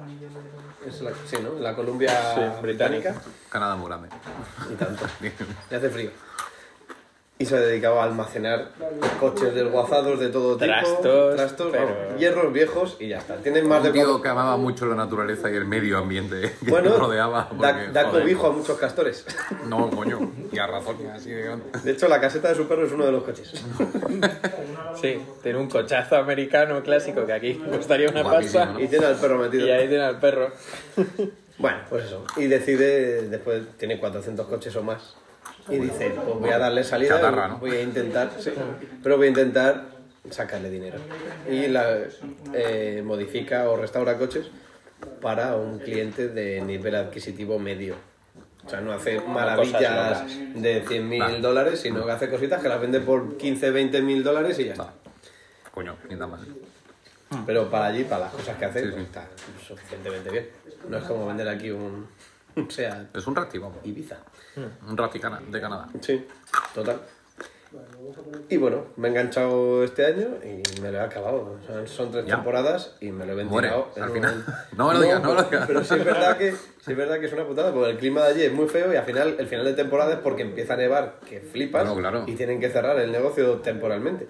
B: Es la, sí, ¿no? La Columbia
C: Sí,
B: Británica.
C: británica.
G: Canadá muy grande.
B: Y tanto. Y hace frío. Y se dedicaba a almacenar coches desguazados de todo tipo.
C: Trastos,
B: trastos
C: pero-
B: vamos, hierros viejos y ya está. Tienen más de
G: Un tío
B: cuatro-
G: que amaba mucho la naturaleza y el medio ambiente que
B: Bueno,
G: lo rodeaba.
B: da,
G: porque,
B: da
G: joder,
B: cobijo a muchos castores.
G: No, coño. Y a razón, así de grande.
B: De hecho, la caseta de su perro es uno de los coches.
C: sí, tiene un cochazo americano clásico que aquí costaría una
G: Guapísimo,
C: pasta.
G: ¿no?
B: Y tiene al perro metido.
C: Y ahí tiene al perro.
B: Bueno, pues eso. Y decide, después tiene 400 coches o más. Y dice, pues voy a darle salida,
G: Chatarra, ¿no?
B: voy a intentar, sí, pero voy a intentar sacarle dinero. Y la, eh, modifica o restaura coches para un cliente de nivel adquisitivo medio. O sea, no hace maravillas de 100 mil dólares, sino que hace cositas que las vende por 15, 20 mil dólares y ya está.
G: Coño, ni tan más.
B: Pero para allí, para las cosas que hace,
G: Ah. Sí,
B: pues,
G: sí.
B: está suficientemente bien. No es como vender aquí un, un SEAT
G: Es un rati, vamos.
B: Ibiza.
G: Un rati cana- de Canadá.
B: Sí, total. Y bueno, me he enganchado este año y me lo he acabado. O sea, son tres
G: Ya.
B: temporadas y me lo he
G: Muere,
B: ventilado. en
G: al
B: un-
G: final. No me lo digas, no me lo digas.
B: Pero sí es, verdad que, sí es verdad que es una putada, porque el clima de allí es muy feo y al final, el final de temporada es porque empieza a nevar, que flipas,
G: Bueno, claro.
B: y tienen que cerrar el negocio temporalmente.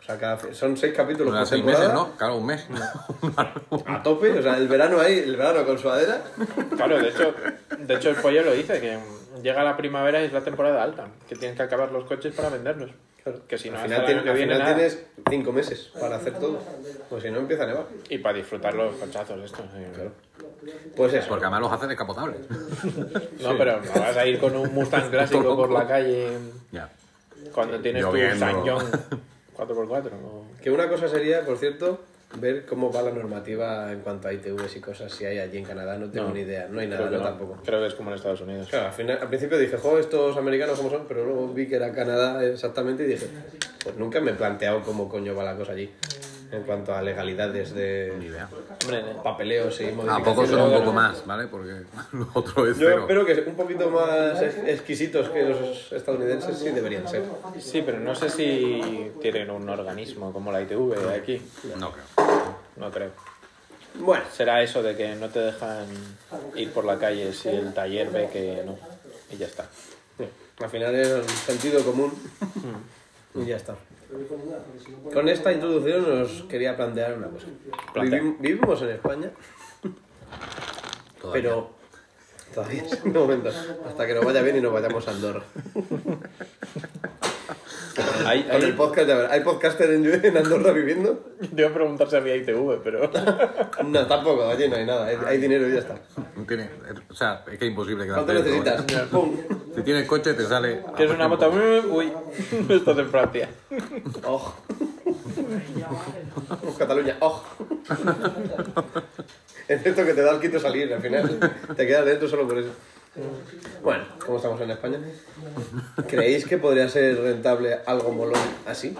B: O sea, cada- son seis capítulos por
G: Durante seis
B: temporada.
G: meses, ¿no? Claro, un mes.
B: A tope, o sea, el verano ahí, el verano con suadera.
C: Claro, de hecho, de hecho el pollo lo dice, que llega la primavera y es la temporada alta, que tienes que acabar los coches para venderlos. Que si no,
B: al
C: hasta
B: final,
C: el
B: tienes,
C: año que
B: al
C: viene
B: final
C: nada.
B: tienes cinco meses para hacer todo. Pues si no, empieza a nevar.
C: Y para disfrutar los cochazos estos. eh. sí.
B: Pues eso.
G: Porque además los hace descapotables.
C: No, pero no vas a ir con un Mustang clásico por la calle
G: Ya.
C: cuando tienes
G: Lloviendo.
C: tu San John 4x4. o-
B: Que una cosa sería, por cierto, ver cómo va la normativa en cuanto a ITVs y cosas, si hay allí en Canadá, no tengo
C: No.
B: ni idea, no hay nada,
C: Creo que
B: no,
C: no.
B: tampoco.
C: Creo que es como en Estados Unidos.
B: Claro, al, final- al principio dije, jo, estos americanos cómo son, pero luego vi que era Canadá exactamente y dije, pues nunca me he planteado cómo coño va la cosa allí, en cuanto a legalidades
G: Ni
B: de
G: idea.
C: Hombre, ¿no?
B: papeleos y
G: A
B: modificaciones.
G: poco son un poco más, ¿vale? Porque lo otro es
B: Yo
G: cero.
B: espero que un poquito más ex- exquisitos que los estadounidenses sí deberían ser.
C: Sí, pero no sé si tienen un organismo como la ITV de aquí.
G: No creo.
C: No creo.
B: Bueno,
C: Será eso de que no te dejan ir por la calle si el taller ve que no. Y ya está.
B: Al final es el sentido común. y ya está. Con esta introducción os quería plantear una cosa.
C: Plantea.
B: Vivim- vivimos en España,
G: Todavía.
B: pero todavía es un momento. Hasta que nos vaya bien y nos vayamos a Andorra.
C: Hay,
B: Con el podcast, ya verás. ¿Hay podcaster en, en Andorra viviendo?
C: Yo a preguntar si había ITV, pero...
B: No, tampoco. Allí no hay nada. Hay, hay dinero y ya está.
G: No tiene, o sea, es que es imposible que
B: ¿Cuánto necesitas? ¡Pum!
G: Si tienes coche, te sale.
C: Que es una moto... Uy, estás en Francia.
B: ¡Oh! Oh, Cataluña, ¡oh! es cierto que te da el quito salir, al final te quedas dentro solo por eso. Bueno, como estamos en España, ¿creéis que podría ser rentable algo molón así?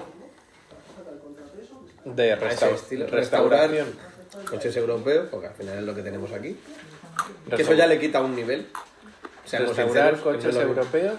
C: De
B: A ese
C: restaur-
B: estilo. Restaurar
C: restauración.
B: coches europeos, porque al final es lo que tenemos aquí. Que eso ya le quita un nivel. Seamos
C: Restaurar
B: sinceros,
C: coches
B: es lo mismo.
C: europeos.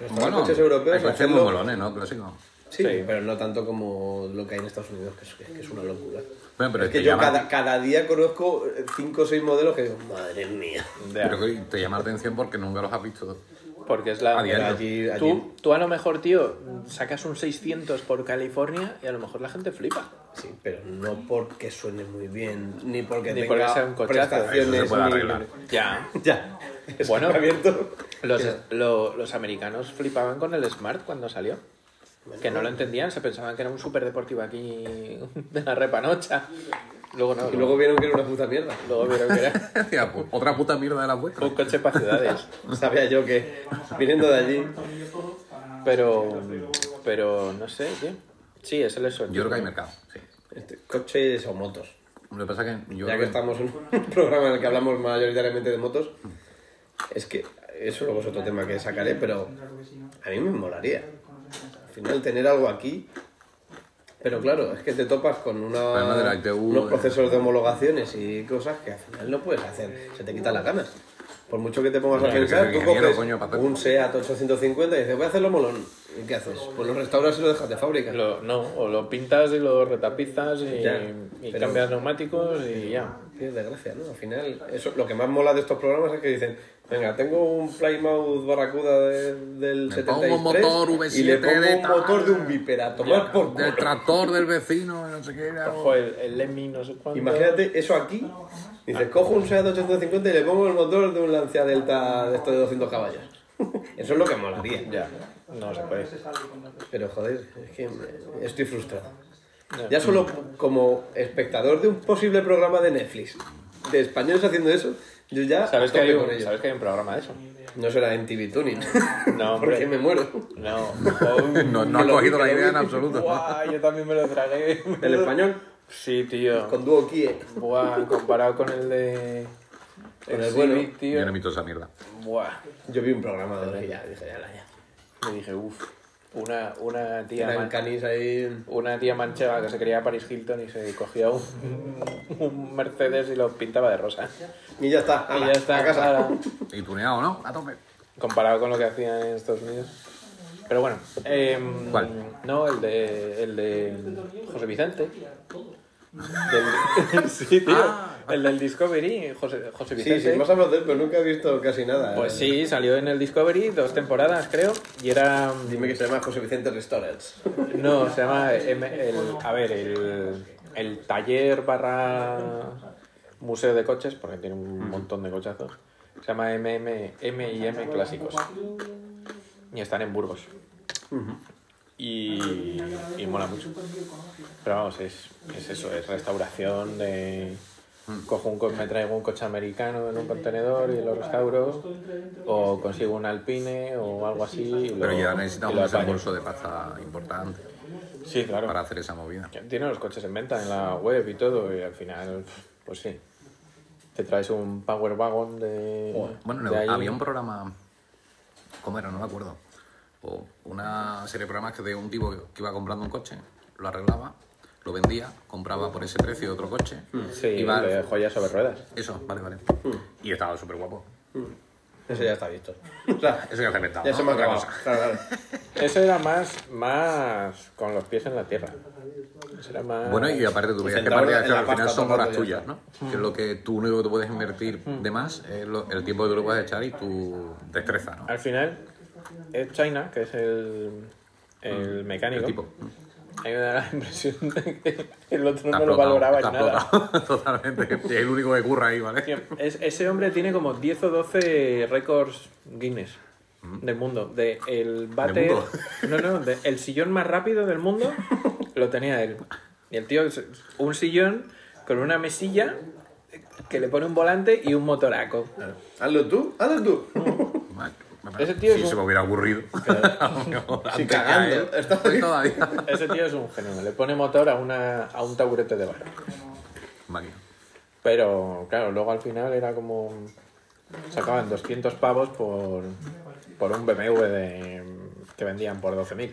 B: Restaurar
G: Bueno,
B: coches europeos,
G: hay coches muy
B: hacerlo-
G: molones, ¿no? Clásico.
B: Sí,
C: Sí.
B: pero no tanto como lo que hay en Estados Unidos, que es, que es una locura.
G: Bueno, pero
B: es que
G: te
B: yo
G: llama-
B: cada, cada día conozco 5 o 6 modelos que digo, madre mía.
G: Pero que te llama la atención porque nunca los has visto.
C: Porque es la...
G: A diario.
B: Allí, allí-
C: Tú, tú a lo mejor, tío, sacas un 600 por California y a lo mejor la gente flipa.
B: Sí, pero no porque suene muy bien, ni porque
C: Ni
B: tenga
C: porque sea un cochazo.
B: prestaciones.
G: Eso se puede
B: ni-
G: arreglar.
C: Ya.
B: Ya. Es
C: Bueno.
B: bueno. abierto.
C: Los, lo- los americanos flipaban con el Smart cuando salió. Que no lo entendían, se pensaban que era un superdeportivo aquí de la repanocha. Luego no.
B: Y luego vieron que era una puta mierda.
C: luego vieron que era
G: Decía, "Pues, otra puta mierda de las vuestras.
C: un coche para ciudades.
B: Sabía yo que viniendo de allí.
C: Pero, pero no sé, tío. Sí, es el eso.
G: Yo creo que hay mercado. Sí.
B: este, coches o motos.
G: Lo que pasa es que yo
B: ya
G: creo
B: que estamos en un programa en el que hablamos mayoritariamente de motos, es que eso luego es otro tema que sacaré, pero a mí me molaría. Al final tener algo aquí, pero claro, es que te topas con una,
G: Además de la ITU,
B: unos
G: eh.
B: procesos de homologaciones y cosas que al final no puedes hacer, se te quitan las ganas. Por mucho que te pongas a
G: Hombre,
B: pensar, tú
G: que soy ingeniero,
B: coges
G: coño, para hacer-
B: un SEAT 850 y dices, voy a hacerlo molón. ¿Y qué haces? Pues lo restauras y lo dejas de fábrica.
C: Lo- no, o lo pintas y lo retapizas y,
B: Ya,
C: y
B: pero-
C: cambias neumáticos y ya.
B: Qué desgracia, ¿no? Al final, eso, lo que más mola de estos programas es que dicen, venga, tengo un Plymouth Barracuda de- del
G: Le
B: 73
G: pongo un motor
B: y le
G: V7
B: pongo
G: de
B: un
G: tal".
B: motor de un Viper a tomar por
G: Del
B: culo.
G: tractor del vecino, no sé qué. era.
C: Ojo, el, el Lemmy no sé cuánto.
B: Imagínate eso aquí. Dices, cojo un Seat 850 y le pongo el motor de un Lancia Delta de estos de 200 caballos. Eso es lo que molaría.
C: Ya, no se puede.
B: Pero joder, es que me- estoy frustrado. Ya solo como espectador de un posible programa de Netflix, de españoles haciendo eso, yo ya...
C: ¿Sabes
B: a
C: que, hay
B: tope
C: un,
B: con ello.
C: ¿Sabes que hay un programa de eso?
B: No será en TV Tuning.
C: No,
B: Porque me
C: hombre.
B: muero.
C: No,
G: No, no ha
B: Lo vi,
G: cogido la
B: lo
G: idea
B: vi.
G: en absoluto.
C: Buah, yo también me lo tragué.
B: El español
C: Sí, tío.
B: con dúo Kie.
C: Buah, comparado con el de.
B: Con
C: El
B: el bueno.
C: Civic,
G: Yo
C: tío.
G: no mito esa mierda.
C: Buah.
B: Yo vi un programa de hora y ya dije, ya la ya.
C: Me dije, uff. Una, una tía.
B: Eran
C: man-
B: canis ahí.
C: Una tía manchega que se creía Paris Hilton y se cogía un, un Mercedes y lo pintaba de rosa.
B: Y ya está.
C: Y
B: ala,
C: ya está.
B: A casa.
C: ala.
G: Y tuneado, ¿no? A tope.
C: comparado con lo que hacían en Estados Unidos. Pero bueno, em,
G: ¿Cuál?
C: no, el de, el de José Vicente. Del- sí, tío, el del Discovery, José, José
B: Ah. Sí,
C: Vicente.
B: sí, más hablado de él, pero nunca he visto casi nada.
C: pues
B: Eh,
C: sí, salió en el Discovery dos temporadas, creo, y era...
B: Dime que se llama José Vicente Restaurants.
C: No, se llama... em, el- a ver, el, el taller barra museo de coches, porque tiene
G: Mm.
C: un montón de cochazos. Se llama MM, M y M Clásicos. Y están en Burgos. y, y mola mucho. Pero vamos, es, es eso, es restauración de...
G: Mm.
C: Cojo un, co- me traigo un coche americano en un contenedor y lo restauro, o consigo un alpine o algo así. y lo-
G: Pero ya necesitamos
C: y
G: un
C: lo apaño.
G: desembolso de pasta importante
C: Sí, claro.
G: para hacer esa movida.
C: Tiene los coches en venta en la web y todo, y al final, pues sí. Te traes un Power Wagon de.
G: Bueno,
C: de ahí.
G: había un programa. ¿Cómo era? No me acuerdo. O una serie de programas que de un tipo que iba comprando un coche, lo arreglaba, lo vendía, compraba por ese precio otro coche.
B: Hmm.
C: Sí,
G: iba-
C: de joyas sobre ruedas.
G: Eso, vale, vale. Y estaba súper guapo.
B: Eso ya está visto. O sea,
G: Eso ya se ha inventado.
B: ya
G: ¿no?
B: se me ha
G: Otra
B: acabado.
G: cosa.
B: Claro, claro.
C: Eso era más, más con los pies en la tierra. Eso era más.
G: Bueno, y aparte tú
B: Y
G: veías que
B: centrado
G: partida,
B: en la
G: claro, al final
B: pasta
G: son
B: todo el
G: horas
B: rato, ya Hmm.
G: tuyas, ¿no? Que es lo que tú único que tú puedes invertir de más es lo- el tiempo que tú le puedes echar y tu destreza, ¿no?
C: Al final, Ed China, que es el, el mecánico,
G: Ah, El tipo.
C: a mí me da la impresión de que el otro
G: Está
C: no lo
G: explotado,
C: valoraba
G: está
C: en nada.
G: explotado, Totalmente. Y es el único que curra ahí, ¿vale?
C: Tío, es- ese hombre tiene como 10 o 12 récords Guinness del mundo. De el bate.
G: Mm. mundo?
C: No, no, de el sillón más rápido del mundo lo tenía él. Y el tío, es un sillón con una mesilla que le pone un volante y un motoraco.
B: Hazlo tú, hazlo tú.
C: Ese tío
G: si
C: es un-
G: se me hubiera ocurrido. A lo mejor antes que a
B: cagando.
G: él,
B: Está
G: pues todavía.
C: Ese tío es un genio. Le pone motor a, una, a un taburete de bar.
G: Máquina.
C: Pero claro, luego al final era como. Sacaban 200 pavos por, por un BMW de, que vendían por 12.000.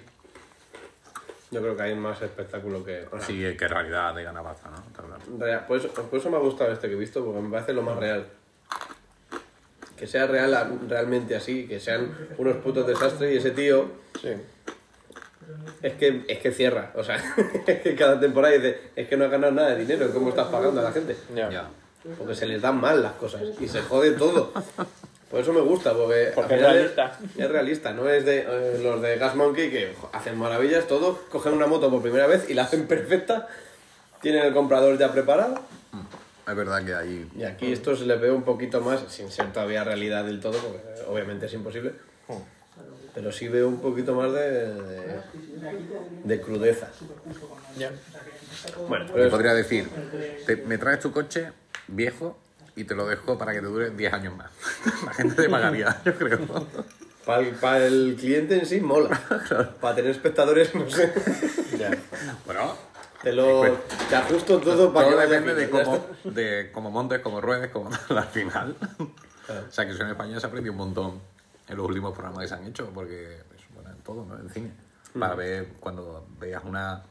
B: Yo creo que hay más espectáculo que. o sea,
G: Sí, que en realidad de gana pasta, ¿no? Está claro.
B: real. Por, eso, por eso me ha gustado este que he visto, porque me parece lo más real. Que sea real, realmente así, que sean unos putos desastres y ese tío
C: Sí.
B: Es que, es que cierra, o sea, es que cada temporada dice, es que no has ganado nada de dinero, ¿cómo estás pagando a la gente?
C: Ya.
G: Ya.
B: Porque se les dan mal las cosas y se jode todo. Por eso me gusta, porque, al
C: Porque es
B: final
C: realista.
B: Es, es realista, no es de eh, los de Gas Monkey que jo, hacen maravillas, todos cogen una moto por primera vez y la hacen perfecta, tienen el comprador ya preparado
G: Es verdad que ahí.
B: y
C: Mm.
B: aquí esto se les ve un poquito más, sin ser todavía realidad del todo, porque eh, obviamente es imposible,
C: Mm.
B: pero sí veo un poquito más de, de, de crudeza.
C: Ya.
B: Bueno, pero
G: Te
B: es-
G: podría decir, te- me traes tu coche viejo y te lo dejo para que te dure 10 años más. La gente te pagaría, yo creo.
B: Para el, pa' el cliente en sí mola. Para tener espectadores, no sé.
C: Ya.
G: Bueno,
B: Te lo te ajusto todo para
G: Todo
B: que vaya
G: depende
B: bien,
G: de
B: ya
G: cómo,
B: está.
G: de cómo montes, cómo ruedes, cómo tal, al final. o sea, que eso en España se aprendió un montón en los últimos programas que se han hecho, porque eso, bueno, en todo, ¿no? En cine.
B: Mm.
G: Para ver, cuando veas una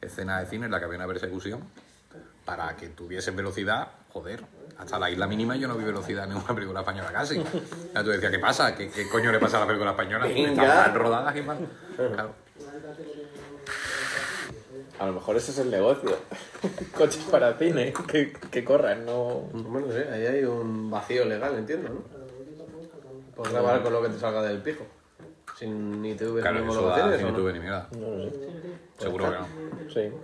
G: escena de cine en la que había una persecución, para que tuvieses velocidad, joder, hasta la isla mínima yo no vi velocidad en ninguna película española casi. O sea, tú decías, ¿qué pasa? ¿Qué, qué coño le pasa a la película española?
B: Venga.
G: Están mal rodadas y mal. Claro.
C: A lo mejor ese es el negocio. Coches para cine, que, que corran, no.
B: Bueno, no sé, ahí hay un vacío legal, entiendo, ¿no? Puedes grabar con lo que te salga del pijo. Sin ni TV
G: Claro,
B: ni
G: eso da
B: homologaciones.
G: sin
B: ¿o no? Pues
G: YouTube ni mierda. Seguro que no.
C: Sí.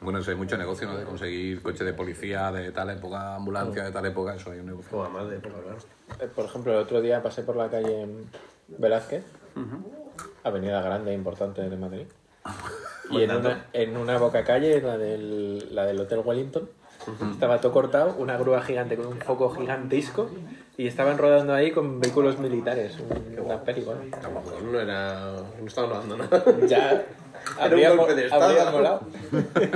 G: Bueno, eso hay mucho negocio, ¿no? De conseguir coches de policía de tal época, ambulancia de tal época, eso hay un negocio.
B: Joder, más de época, claro.
C: Eh, Por ejemplo, el otro día pasé por la calle Velázquez, avenida grande e importante de Madrid. Y en una, en una boca calle, la del, la del Hotel Wellington, estaba todo cortado, una grúa gigante con un foco gigantesco, y estaban rodando ahí con vehículos militares, un- una película.
B: Tampoco, no era. No estaba rodando nada.
C: Ya.
B: un
C: Habría, mo-
B: golpe de estado.
C: habría molado.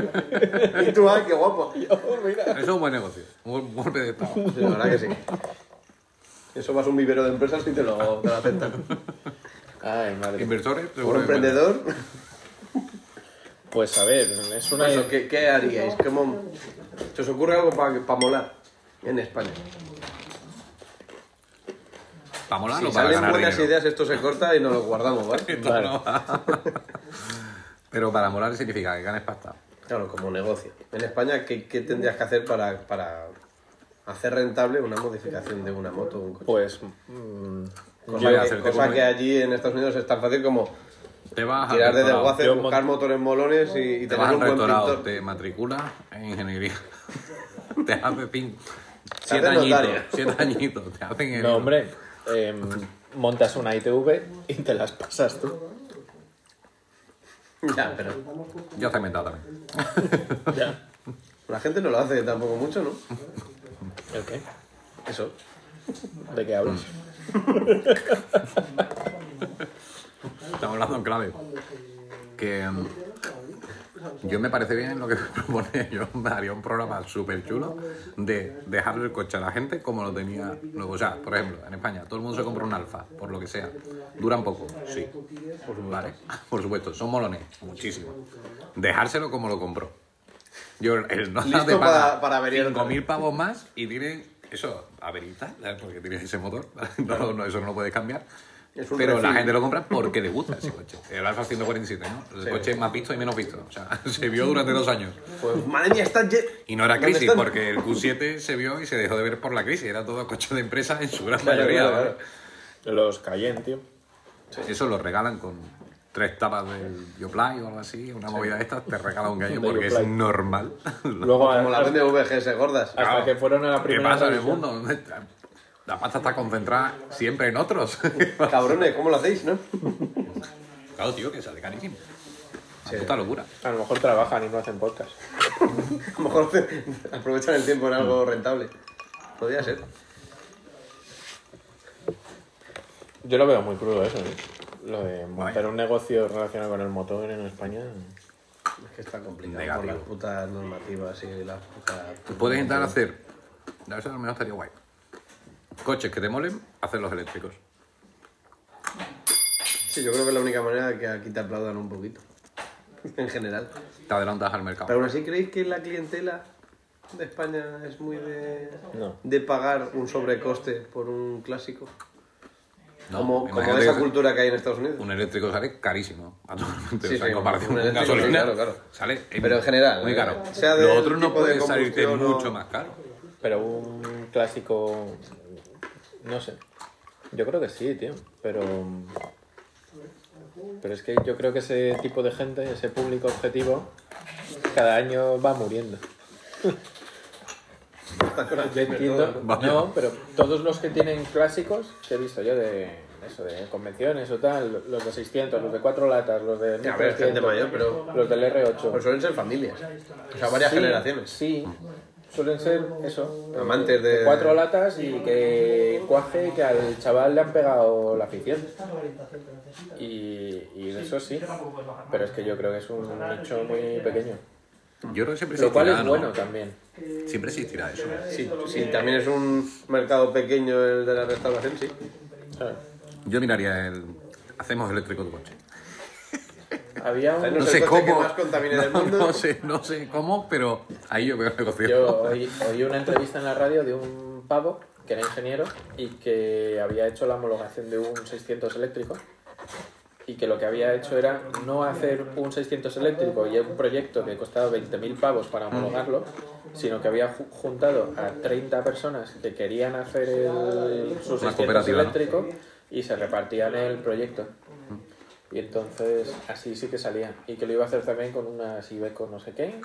B: y tú, ay, qué guapo.
G: Eso es un buen negocio, un buen golpe de estado.
B: Sí, la verdad que sí. Eso vas a un vivero de empresas y te lo, te lo aceptan.
C: Ay, madre.
G: Inversores,
B: Por
G: seguro.
B: un
G: que pueden.
B: emprendedor,
C: Pues a ver, es una.
B: eso, ¿qué, qué haríais? ¿Cómo, ¿Se os ocurre algo para molar en España?
G: Para molar
B: Si
G: o Ah, para
B: salen
G: ganar
B: buenas
G: dinero.
B: ideas, esto se corta y nos lo guardamos, ¿vale?
C: Vale.
G: Pero para molar significa que ganes pasta.
B: Claro, como negocio. En España, ¿qué, qué tendrías que hacer para, para hacer rentable una modificación de una moto o un coche?
C: Pues. mm,
B: cosa
G: yo-
B: que,
G: hacerte
B: cosa
G: como-
B: que allí en Estados Unidos es tan fácil como
G: Te vas a
B: tirar de
G: rectorado.
B: desguace,
C: Yo
B: buscar
C: mon-
B: motores molones y, y
G: Te
B: tener
G: vas
B: un
G: al
B: buen
G: rectorado,
B: pintor.
G: te matriculas en ingeniería. te haces cinco, siete
B: haces
G: añitos,
B: notario.
G: siete añitos, te hacen el...
C: No, hombre, eh, montas una ITV y te las pasas tú.
B: Ya, pero
G: Yo te he inventado también.
B: la gente no lo hace tampoco mucho, ¿no?
C: ¿El qué?
B: Eso.
C: ¿De qué hablas?
G: Estamos hablando en clave. Que mm, yo me parece bien lo que propone. Yo me haría un programa súper chulo de dejarle el coche a la gente como lo tenía luego. O sea, por ejemplo, en España todo el mundo se compra un alfa, por lo que sea. Duran poco, sí. Vale, por supuesto, son molones, muchísimo. Dejárselo como lo compró. Yo, el no
B: Listo
G: te
B: para- para averiar otra
G: 5.000 pavos más y tiene eso, averita, ¿sabes? porque tiene ese motor. No, no, eso no lo puedes cambiar.
B: Es un
G: Pero la
B: refil.
G: gente lo compra porque le gusta ese coche. El Alfa 147, ¿no? El coche más visto y menos visto. O sea, se vio durante dos años.
B: Pues madre mía, está lle-
G: Y no era
B: ¿Dónde
G: crisis,
B: están?
G: porque el Q7 se vio y se dejó de ver por la crisis. Era todo coche de empresa en su gran
B: Claro,
G: mayoría. ¿eh?
B: claro,
G: ¿vale?
C: Los Cayenne, tío.
G: Eso lo regalan con tres tapas del Yoplay o algo así. Una movida de estas te regala un gallo
C: De
G: porque es
C: Yoplay.
G: normal.
C: Luego,
B: Como las
C: hasta,
B: BMW GS gordas.
G: Claro.
C: que fueron a la
G: ¿Qué
C: primera.
G: pasa en el
C: revisión.
G: mundo? ¿Dónde está? La pasta está concentrada siempre en otros.
B: Cabrones, ¿cómo lo hacéis, no?
G: claro, tío, que sale carísimo. Una Puta locura.
C: A lo mejor trabajan y no hacen podcast.
B: A lo mejor aprovechan el tiempo en algo
G: Mm.
B: rentable. Podría ser.
C: Yo lo veo muy crudo eso, ¿eh? Lo de montar un negocio relacionado con el motor en España.
B: Es que está complicado
G: Negativo.
B: por las putas normativas y las putas...
G: Puedes intentar hacer. A veces a lo mejor estaría guay. Coches que te molen, hacerlos eléctricos.
B: Sí, yo creo que es la única manera de que aquí te aplaudan un poquito. En general.
G: Te adelantas al mercado.
B: Pero aún así, ¿creéis que la clientela de España es muy de,
C: No.
B: de pagar un sobrecoste por un clásico?
G: No,
B: como como
G: imagínate
B: esa
G: que
B: cultura que hay en Estados Unidos.
G: Un eléctrico sale carísimo. Actualmente.
B: Sí,
G: o sea,
B: sí,
G: en comparación
B: un
G: con
B: eléctrico,
G: gasolina.
B: claro, claro.
G: Sale
B: Pero en general,
G: Muy
B: eh,
G: caro.
B: sea del
G: Lo otro no
B: tipo de
G: puede salirte
B: combustión o-
G: mucho más caro.
C: Pero un clásico. No sé. Yo creo que sí, tío. Pero. Pero es que yo creo que ese tipo de gente, ese público objetivo, cada año va muriendo. Yo entiendo.
G: Vaya.
C: No, pero todos los que tienen clásicos, que he visto yo de eso, de convenciones o tal, los de 600, los de 4 latas, los de.
B: a ver, es gente
C: 1300,
B: mayor, pero-
C: Los del R8.
B: Pues suelen ser familias. O sea, varias
C: Sí,
B: generaciones.
C: Sí, Suelen ser eso. eh,
B: Amantes de-
C: Cuatro latas y que cuaje que al chaval le han pegado la afición. Y, y de eso sí. Pero es que yo creo que es un nicho muy pequeño.
G: Yo creo que siempre
C: Lo cual
G: existirá,
C: es
G: ¿no?
C: bueno también.
G: Siempre existirá eso.
B: Sí, sí, también es un mercado pequeño el de la restauración, sí.
C: ¿sabes?
G: Yo miraría el... Hacemos eléctrico tu coche.
C: Había un...
B: No
G: No
B: es el
G: sé
B: coche
G: cómo.
B: que más contamina
G: no,
B: del mundo.
G: no sé, no sé cómo, pero ahí yo veo el negocio.
C: Yo oí, oí una entrevista en la radio de un pavo que era ingeniero y que había hecho la homologación de un 600 eléctrico y que lo que había hecho era no hacer un 600 eléctrico y un proyecto que costaba 20.000 pavos para homologarlo, sino que había ju- juntado a 30 personas que querían hacer el, su
G: Una
C: 600
G: cooperativa, ¿no?
C: eléctrico y se repartían el proyecto. Y entonces así sí que salía. Y que lo iba a hacer también con unas Ibeco no sé qué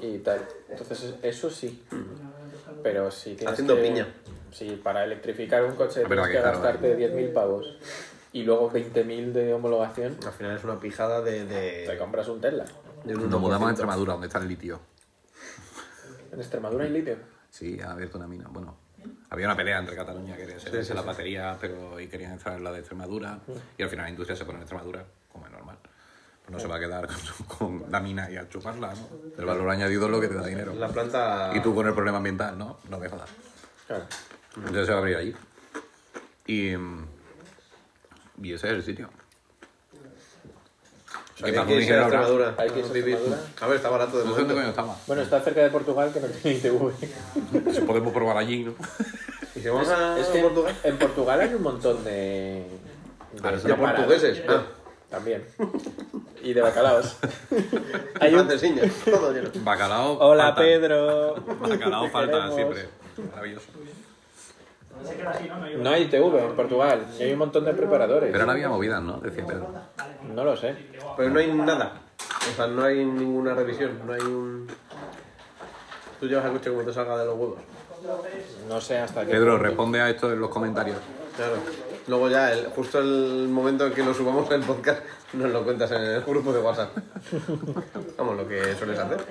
C: y tal. Entonces eso sí. Pero sí tienes
B: Haciendo
C: que-
B: piña.
C: Sí, para electrificar un coche
G: Es verdad
C: tienes que,
G: que, claro,
C: gastarte 10.000 pavos y luego 20.000 de homologación.
B: Al final es una pijada de...
C: Te
B: de,
C: compras un Tesla.
B: de un
G: Nos mudamos a
B: 1%.
G: Extremadura, donde está el litio.
C: En Extremadura hay litio.
G: Sí, ha abierto una mina. Bueno, había una pelea entre Cataluña que se las la batería, pero y querían entrar en la de Extremadura. Y al final la industria se pone en Extremadura, como es normal. Pues no se va a quedar con, su- con la mina y a chuparla, ¿no? El valor añadido es lo que te da dinero.
B: La planta...
G: Y tú con el problema ambiental, ¿no? No me jodas.
C: Claro.
G: Entonces se va a abrir allí. Y, mm, y ese es el sitio.
B: Hay
G: ¿Qué pasa,
B: que irse
G: Miguel,
B: a
G: ahora?
B: Extremadura.
C: Hay que irse a
B: Vivir.
C: Extremadura.
B: A ver, está barato de
G: No sé dónde coño
B: momento.
G: estaba.
C: Bueno, está cerca de Portugal que no tiene ITV.
G: Si podemos probar allí, ¿no?
B: ¿Y si vamos a
C: Es que en
B: Portugal?
C: Portugal, hay un montón de...
G: Ahora sí.
B: ¿De
C: paradas.
B: portugueses? Ah,
C: También. Y de bacalaos.
B: hay
C: Hay un-
B: francesiñas, todo lleno.
G: Bacalao.
C: Hola
G: falta.
C: Pedro.
G: Bacalao
C: Te
G: falta
C: queremos.
G: siempre. Maravilloso.
F: Se queda así, ¿no? No hay-
C: No hay ITV en Portugal. Y hay un montón de preparadores.
G: Pero ahora había movidas, ¿no? Decía Pedro.
C: No lo sé.
B: Pero no hay nada. O sea, no hay ninguna revisión, no hay un... Tú llevas el coche como te salga de los huevos.
C: No sé hasta qué
G: Pedro,
C: punto.
G: responde a esto en los comentarios.
B: Claro. Luego ya, el- justo el momento en que lo subamos al podcast, nos lo cuentas en el grupo de WhatsApp. Vamos, lo que sueles hacer.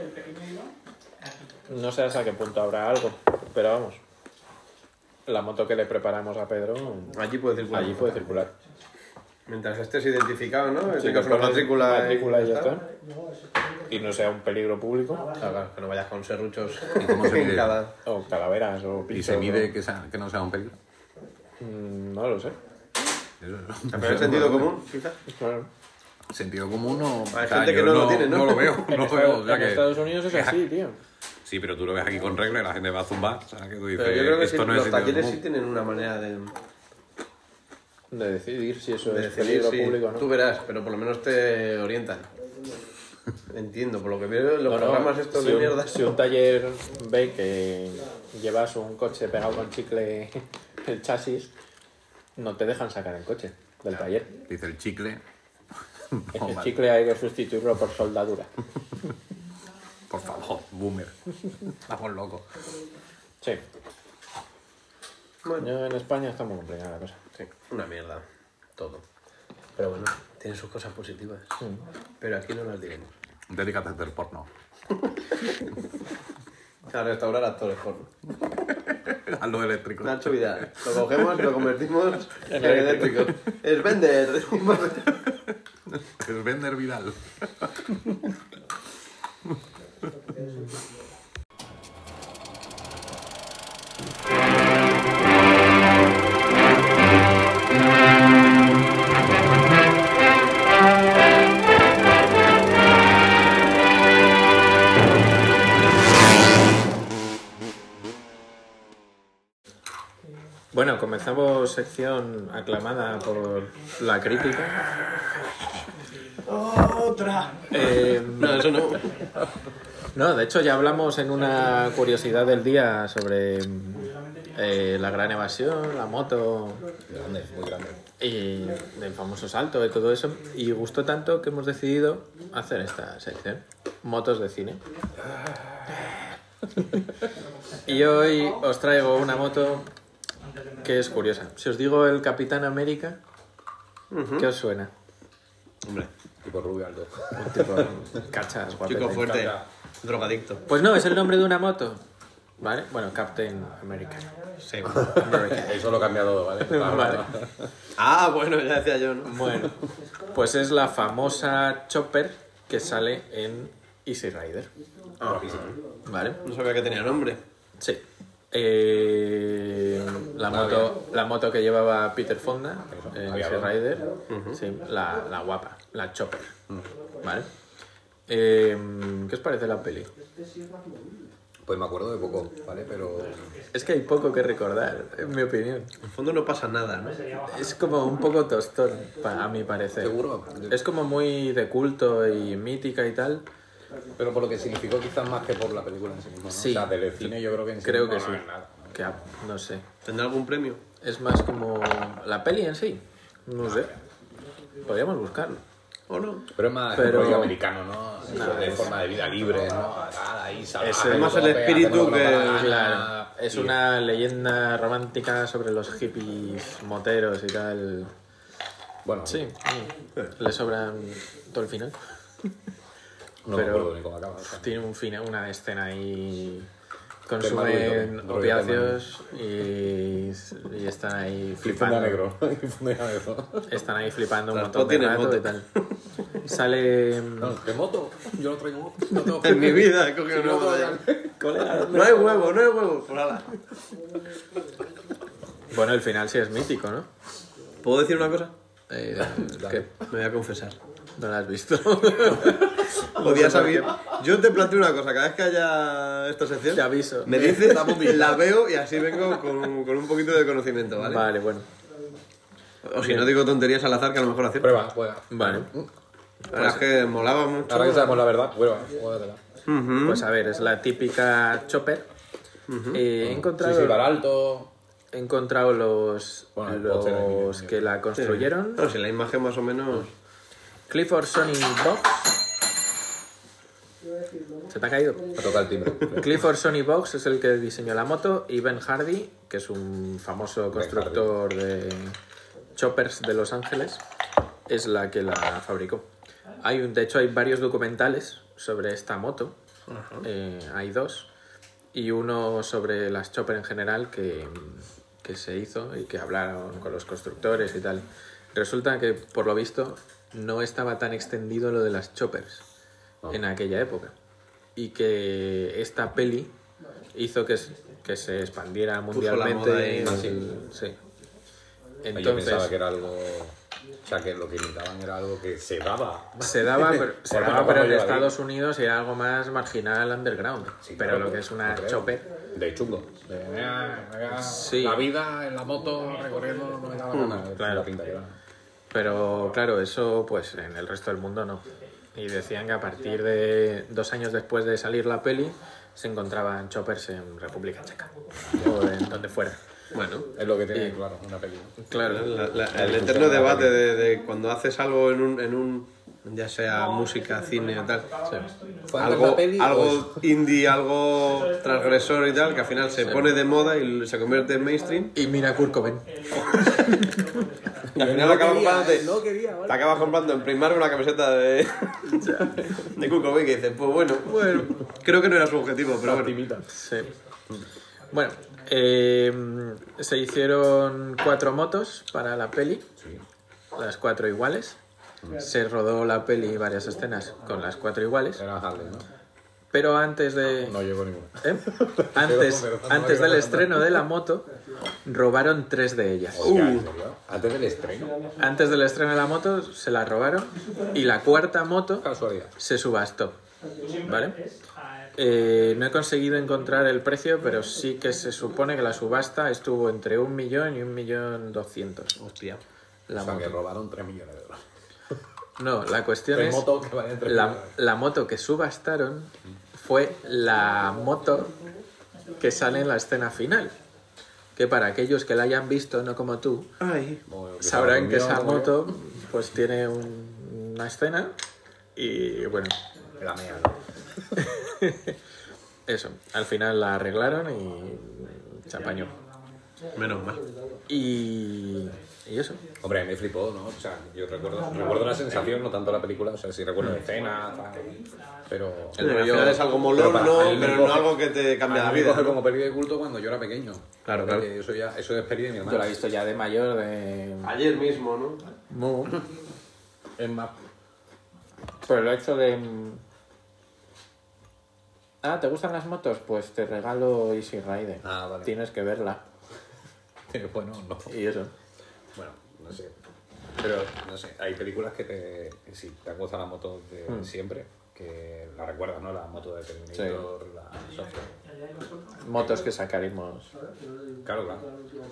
C: No sé hasta qué punto habrá algo, pero vamos. La moto que le preparamos a Pedro
B: Allí puede circular.
C: allí puede circular.
B: Mientras estés identificado, ¿no?
C: Sí,
B: Explicas
C: que
B: una
C: pones
B: matrícula. y-
C: matrícula y ya está. Y no sea un peligro público
B: Ah, claro, que no vayas con serruchos
G: ¿Y cómo se
B: en
G: mide?
B: cada-
C: o calaveras o
G: Y
C: pichos,
G: se mide
C: ¿no?
G: que, sea- que no sea un peligro.
C: Mm, No lo sé.
G: Eso es-
B: Pero en sentido común, quizás.
C: Claro.
G: Sentido común no.
B: Hay
G: o sea,
B: gente que
G: yo
B: no lo tiene, ¿no?
G: No lo veo, no
C: en,
G: lo
C: Estados,
G: veo. o sea
C: en
G: que-
C: Estados Unidos es así, tío.
G: Sí, pero tú lo ves aquí con reglas y la gente va a zumbar. O sea, que tú dices,
B: Pero yo creo que sí,
G: esto no es
B: los
G: sentido
B: talleres
G: común.
B: sí tienen una manera de,
C: De decidir si eso
B: de
C: es
B: decidir.
C: peligro
B: sí.
C: público o no.
B: Tú verás, pero por lo menos te orientan. Entiendo, por lo que veo, los
C: No, no,
B: programas estos
C: si
B: de
C: un-
B: mierda.
C: Si un taller ve que llevas un coche pegado con chicle el chasis, no te dejan sacar el coche del taller.
G: Dice el chicle. No,
C: Ese
G: vale.
C: chicle hay que sustituirlo por soldadura.
G: Por favor, boomer. Estamos locos.
C: Sí.
B: Bueno.
C: Yo en España está muy complicada la cosa.
B: Sí, una mierda. Todo. Pero bueno, tiene sus cosas positivas. Pero aquí no las diremos.
G: Dedícate a hacer porno.
B: A restaurar actores porno.
G: Hazlo eléctrico.
B: Nacho Vidal. Lo cogemos, lo convertimos en
C: eléctrico.
B: eléctrico. Es vender.
G: El vender Vidal.
C: Bueno, comenzamos sección aclamada por la crítica. ¡Otra!
B: Ah,
C: Eh,
B: No, eso no.
C: No, de hecho ya hablamos en una curiosidad del día sobre eh, la gran evasión, la moto. Y del famoso salto y todo eso. Y gustó tanto que hemos decidido hacer esta sección. Motos de cine. y hoy os traigo una moto que es curiosa. Si os digo el Capitán América, ¿qué os suena?
D: Tipo Rubio Aldo.
C: Un tipo cachas, guapetón.
B: fuerte. Drogadicto.
C: Pues no, es el nombre de una moto. ¿Vale? Bueno, Captain America.
B: Sí.
D: Eso lo cambia todo, ¿vale?
C: Vale.
B: Ah, bueno, ya decía yo, ¿no?
C: Bueno, pues es la famosa Chopper que sale en Easy Rider. ¿Vale?
B: Ah, No sabía que tenía nombre.
C: Sí. Eh, la, moto, la moto que llevaba Peter Fonda en Easy Rider, sí, la, la guapa, la Chopper. ¿Vale? Eh, ¿Qué os parece la peli?
D: Pues me acuerdo de poco, ¿vale? Pero
C: Es que hay poco que recordar, en mi opinión.
B: En el fondo no pasa nada, ¿no?
C: Es como un poco tostón, pa- a mi parecer.
D: seguro.
C: Es como muy de culto y mítica y tal.
D: Pero por lo que significó quizás más que por la película en sí misma, ¿no?
C: Sí.
D: O sea, del cine yo creo que en sí
C: Creo
D: mismo
C: que
D: no
C: sí.
D: es nada.
C: Que, ah, no sé.
B: ¿Tendrá algún premio?
C: Es más como la peli en sí. No sé. Podríamos buscarlo.
B: ¿O no?
D: Pero es más
C: Pero-
D: rollo americano, ¿no? Eso de forma de vida libre, ¿no? Nada, ahí, salvaje,
C: Es el- más
B: el
D: europea,
B: espíritu
D: hacemos lo
B: que-
D: nos da Ah, la gana,
C: Ah, Claro. Es
D: y-
C: una leyenda romántica sobre los hippies moteros y tal.
D: Bueno,
C: Sí. mm. Le sobran todo el final.
D: no me
C: pero-
D: acuerdo ni cómo acaba. o sea.
C: Tiene un fin, una escena ahí.
D: Del
C: Consumen
D: Maduro,
C: opiáceos y, y están ahí
D: Funda
C: flipando.
D: negro. Funda negro.
C: Están ahí flipando un
B: Las
C: montón de
B: tienen
C: rato
B: moto.
C: y tal. Sale. mm,
D: No, ¿De moto? Yo no traigo moto. No tengo
B: En mi vida he cogido
D: Sí,
B: un
D: no,
B: huevo de-
D: no,
B: Colega, No hay huevo, no hay huevo. Por ala.
C: Bueno, el final sí es mítico, ¿no?
B: ¿Puedo decir una cosa?
C: Eh, que
B: Me voy a confesar.
C: no lo has visto.
B: Podías haber... Yo te planteo una cosa. Cada vez que haya esta sección...
C: Te aviso. Eh,
B: Me dices, la veo y así vengo con, con un poquito de conocimiento, ¿vale?
C: Vale, bueno.
B: O si no digo tonterías al azar, que a lo mejor hacía.
D: Prueba, juega.
C: Vale.
B: La verdad es
C: pues,
B: que molaba mucho.
D: Ahora que sabemos la verdad, prueba, juégatela.
B: Ujú.
C: Pues a ver, es la típica Chopper. Eh, he
D: Sí,
C: encontrado,
D: sí, para alto.
C: he encontrado los,
D: Bueno, el póster de Milenio.
C: los que la construyeron.
B: No, si la imagen más o menos...
C: Clifford Sonny Box. ¿Se te ha caído?
D: A tocar el timbre.
C: Clifford Sonny Box es el que diseñó la moto y Ben Hardy, que es un famoso constructor de choppers de Los Ángeles, es la que la fabricó. Hay un, de hecho, hay varios documentales sobre esta moto. Eh, hay dos. Y uno sobre las chopper en general que, que se hizo y que hablaron con los constructores y tal. Resulta que, por lo visto, no estaba tan extendido lo de las choppers en aquella época y que esta peli hizo que, s- que se expandiera mundialmente.
B: moda ahí.
C: el-
B: Ah,
C: sí.
D: Yo pensaba que
C: Entonces
D: era algo. O sea, que lo que imitaban era algo que se daba.
C: se daba, pero, se
D: Porque
C: daba,
D: no
C: pero en
D: lleva bien.
C: Estados Unidos era algo más marginal underground.
D: Sí,
C: pero
D: claro,
C: lo que es una
D: no creo.
C: chopper.
D: De chungo. De, "Mira, mira,
C: Sí. Mm,
D: La vida en la moto recorriendo no me da la gana. Es
C: claro.
D: la pinta que da.
C: Pero claro, eso pues en el resto del mundo no. Y decían que a partir de dos años después de salir la peli se encontraban choppers en República Checa o en donde fuera. Bueno,
D: Es lo que tiene,
C: Y-
D: claro, una película.
C: claro.
B: La- la- el eterno debate de, de cuando haces algo en un, en un ya sea música, cine o tal, algo, algo indie, algo transgresor y tal, que al final se pone de moda y se convierte en mainstream,
C: Y mira Kurt Cobain.
B: y al final acabas comprándote, te acabas comprando en Primark una camiseta de, de Cuco que dices, pues bueno, bueno, creo que no era su objetivo, pero bueno.
C: Sí. Bueno, eh, se hicieron cuatro motos para la peli, las cuatro iguales. Se rodó la peli varias escenas con las cuatro iguales,
D: Era Harley, ¿no?
C: pero antes de
D: No llegó ninguna.
C: ¿eh? antes
D: pero no
C: antes
D: me
C: del
D: acuerdo.
C: estreno de la moto robaron tres de ellas.
D: Hostia, ¿en serio? Antes del estreno.
C: Antes del estreno de la moto se la robaron y la cuarta moto
D: Casualidad.
C: se subastó. ¿Vale? Eh, no he conseguido encontrar el precio, pero sí que se supone que la subasta estuvo entre un millón y un millón doscientos.
B: Hostia.
C: La
D: o sea, que
C: moto.
D: robaron 3 millones de dólares.
C: No, la cuestión
D: Tres
C: es.
D: motos que valían 3
C: La,
D: millones.
C: la moto que subastaron fue la moto que sale en la escena final. Que para aquellos que la hayan visto, no como tú,
B: Ay.
D: Como que se
C: sabrán que
D: durmió,
C: esa
D: como
C: moto pues tiene un- una escena y bueno,
D: que La mía, ¿no?
C: eso. Al final la arreglaron y se apañó.
B: Menos mal.
C: Y, y eso.
G: Hombre, me flipó, ¿no? O sea, yo recuerdo, recuerdo la sensación, no tanto la película, o sea, sí recuerdo la escena, tal, pero...
B: Pero al final es algo molón,
G: para-
B: no,
G: a mí me
B: pero
G: coge-
B: no algo que te cambia
G: a
B: la
G: mí me
B: vida.
G: coge
B: ¿no?
G: como pérdida de culto cuando yo era pequeño.
B: Claro, claro.
G: Porque Eso ya, eso es pérdida de mi
C: Yo
G: hermano.
C: la he visto ya de mayor, de...
B: Ayer mismo, ¿no?
C: No.
G: Es más,
C: Por el hecho de... mm, Ah, ¿te gustan las motos? Pues te regalo Easy Rider.
G: Ah, vale.
C: Tienes que verla.
G: bueno, no.
C: Y eso.
G: Bueno, no sé. Pero, no sé, hay películas que, te, que si te han gustado las motos de
C: Hmm.
G: siempre, que la recuerdas, ¿no? La moto de Terminator, la Software.
C: Motos que sacaremos.
G: Claro, claro.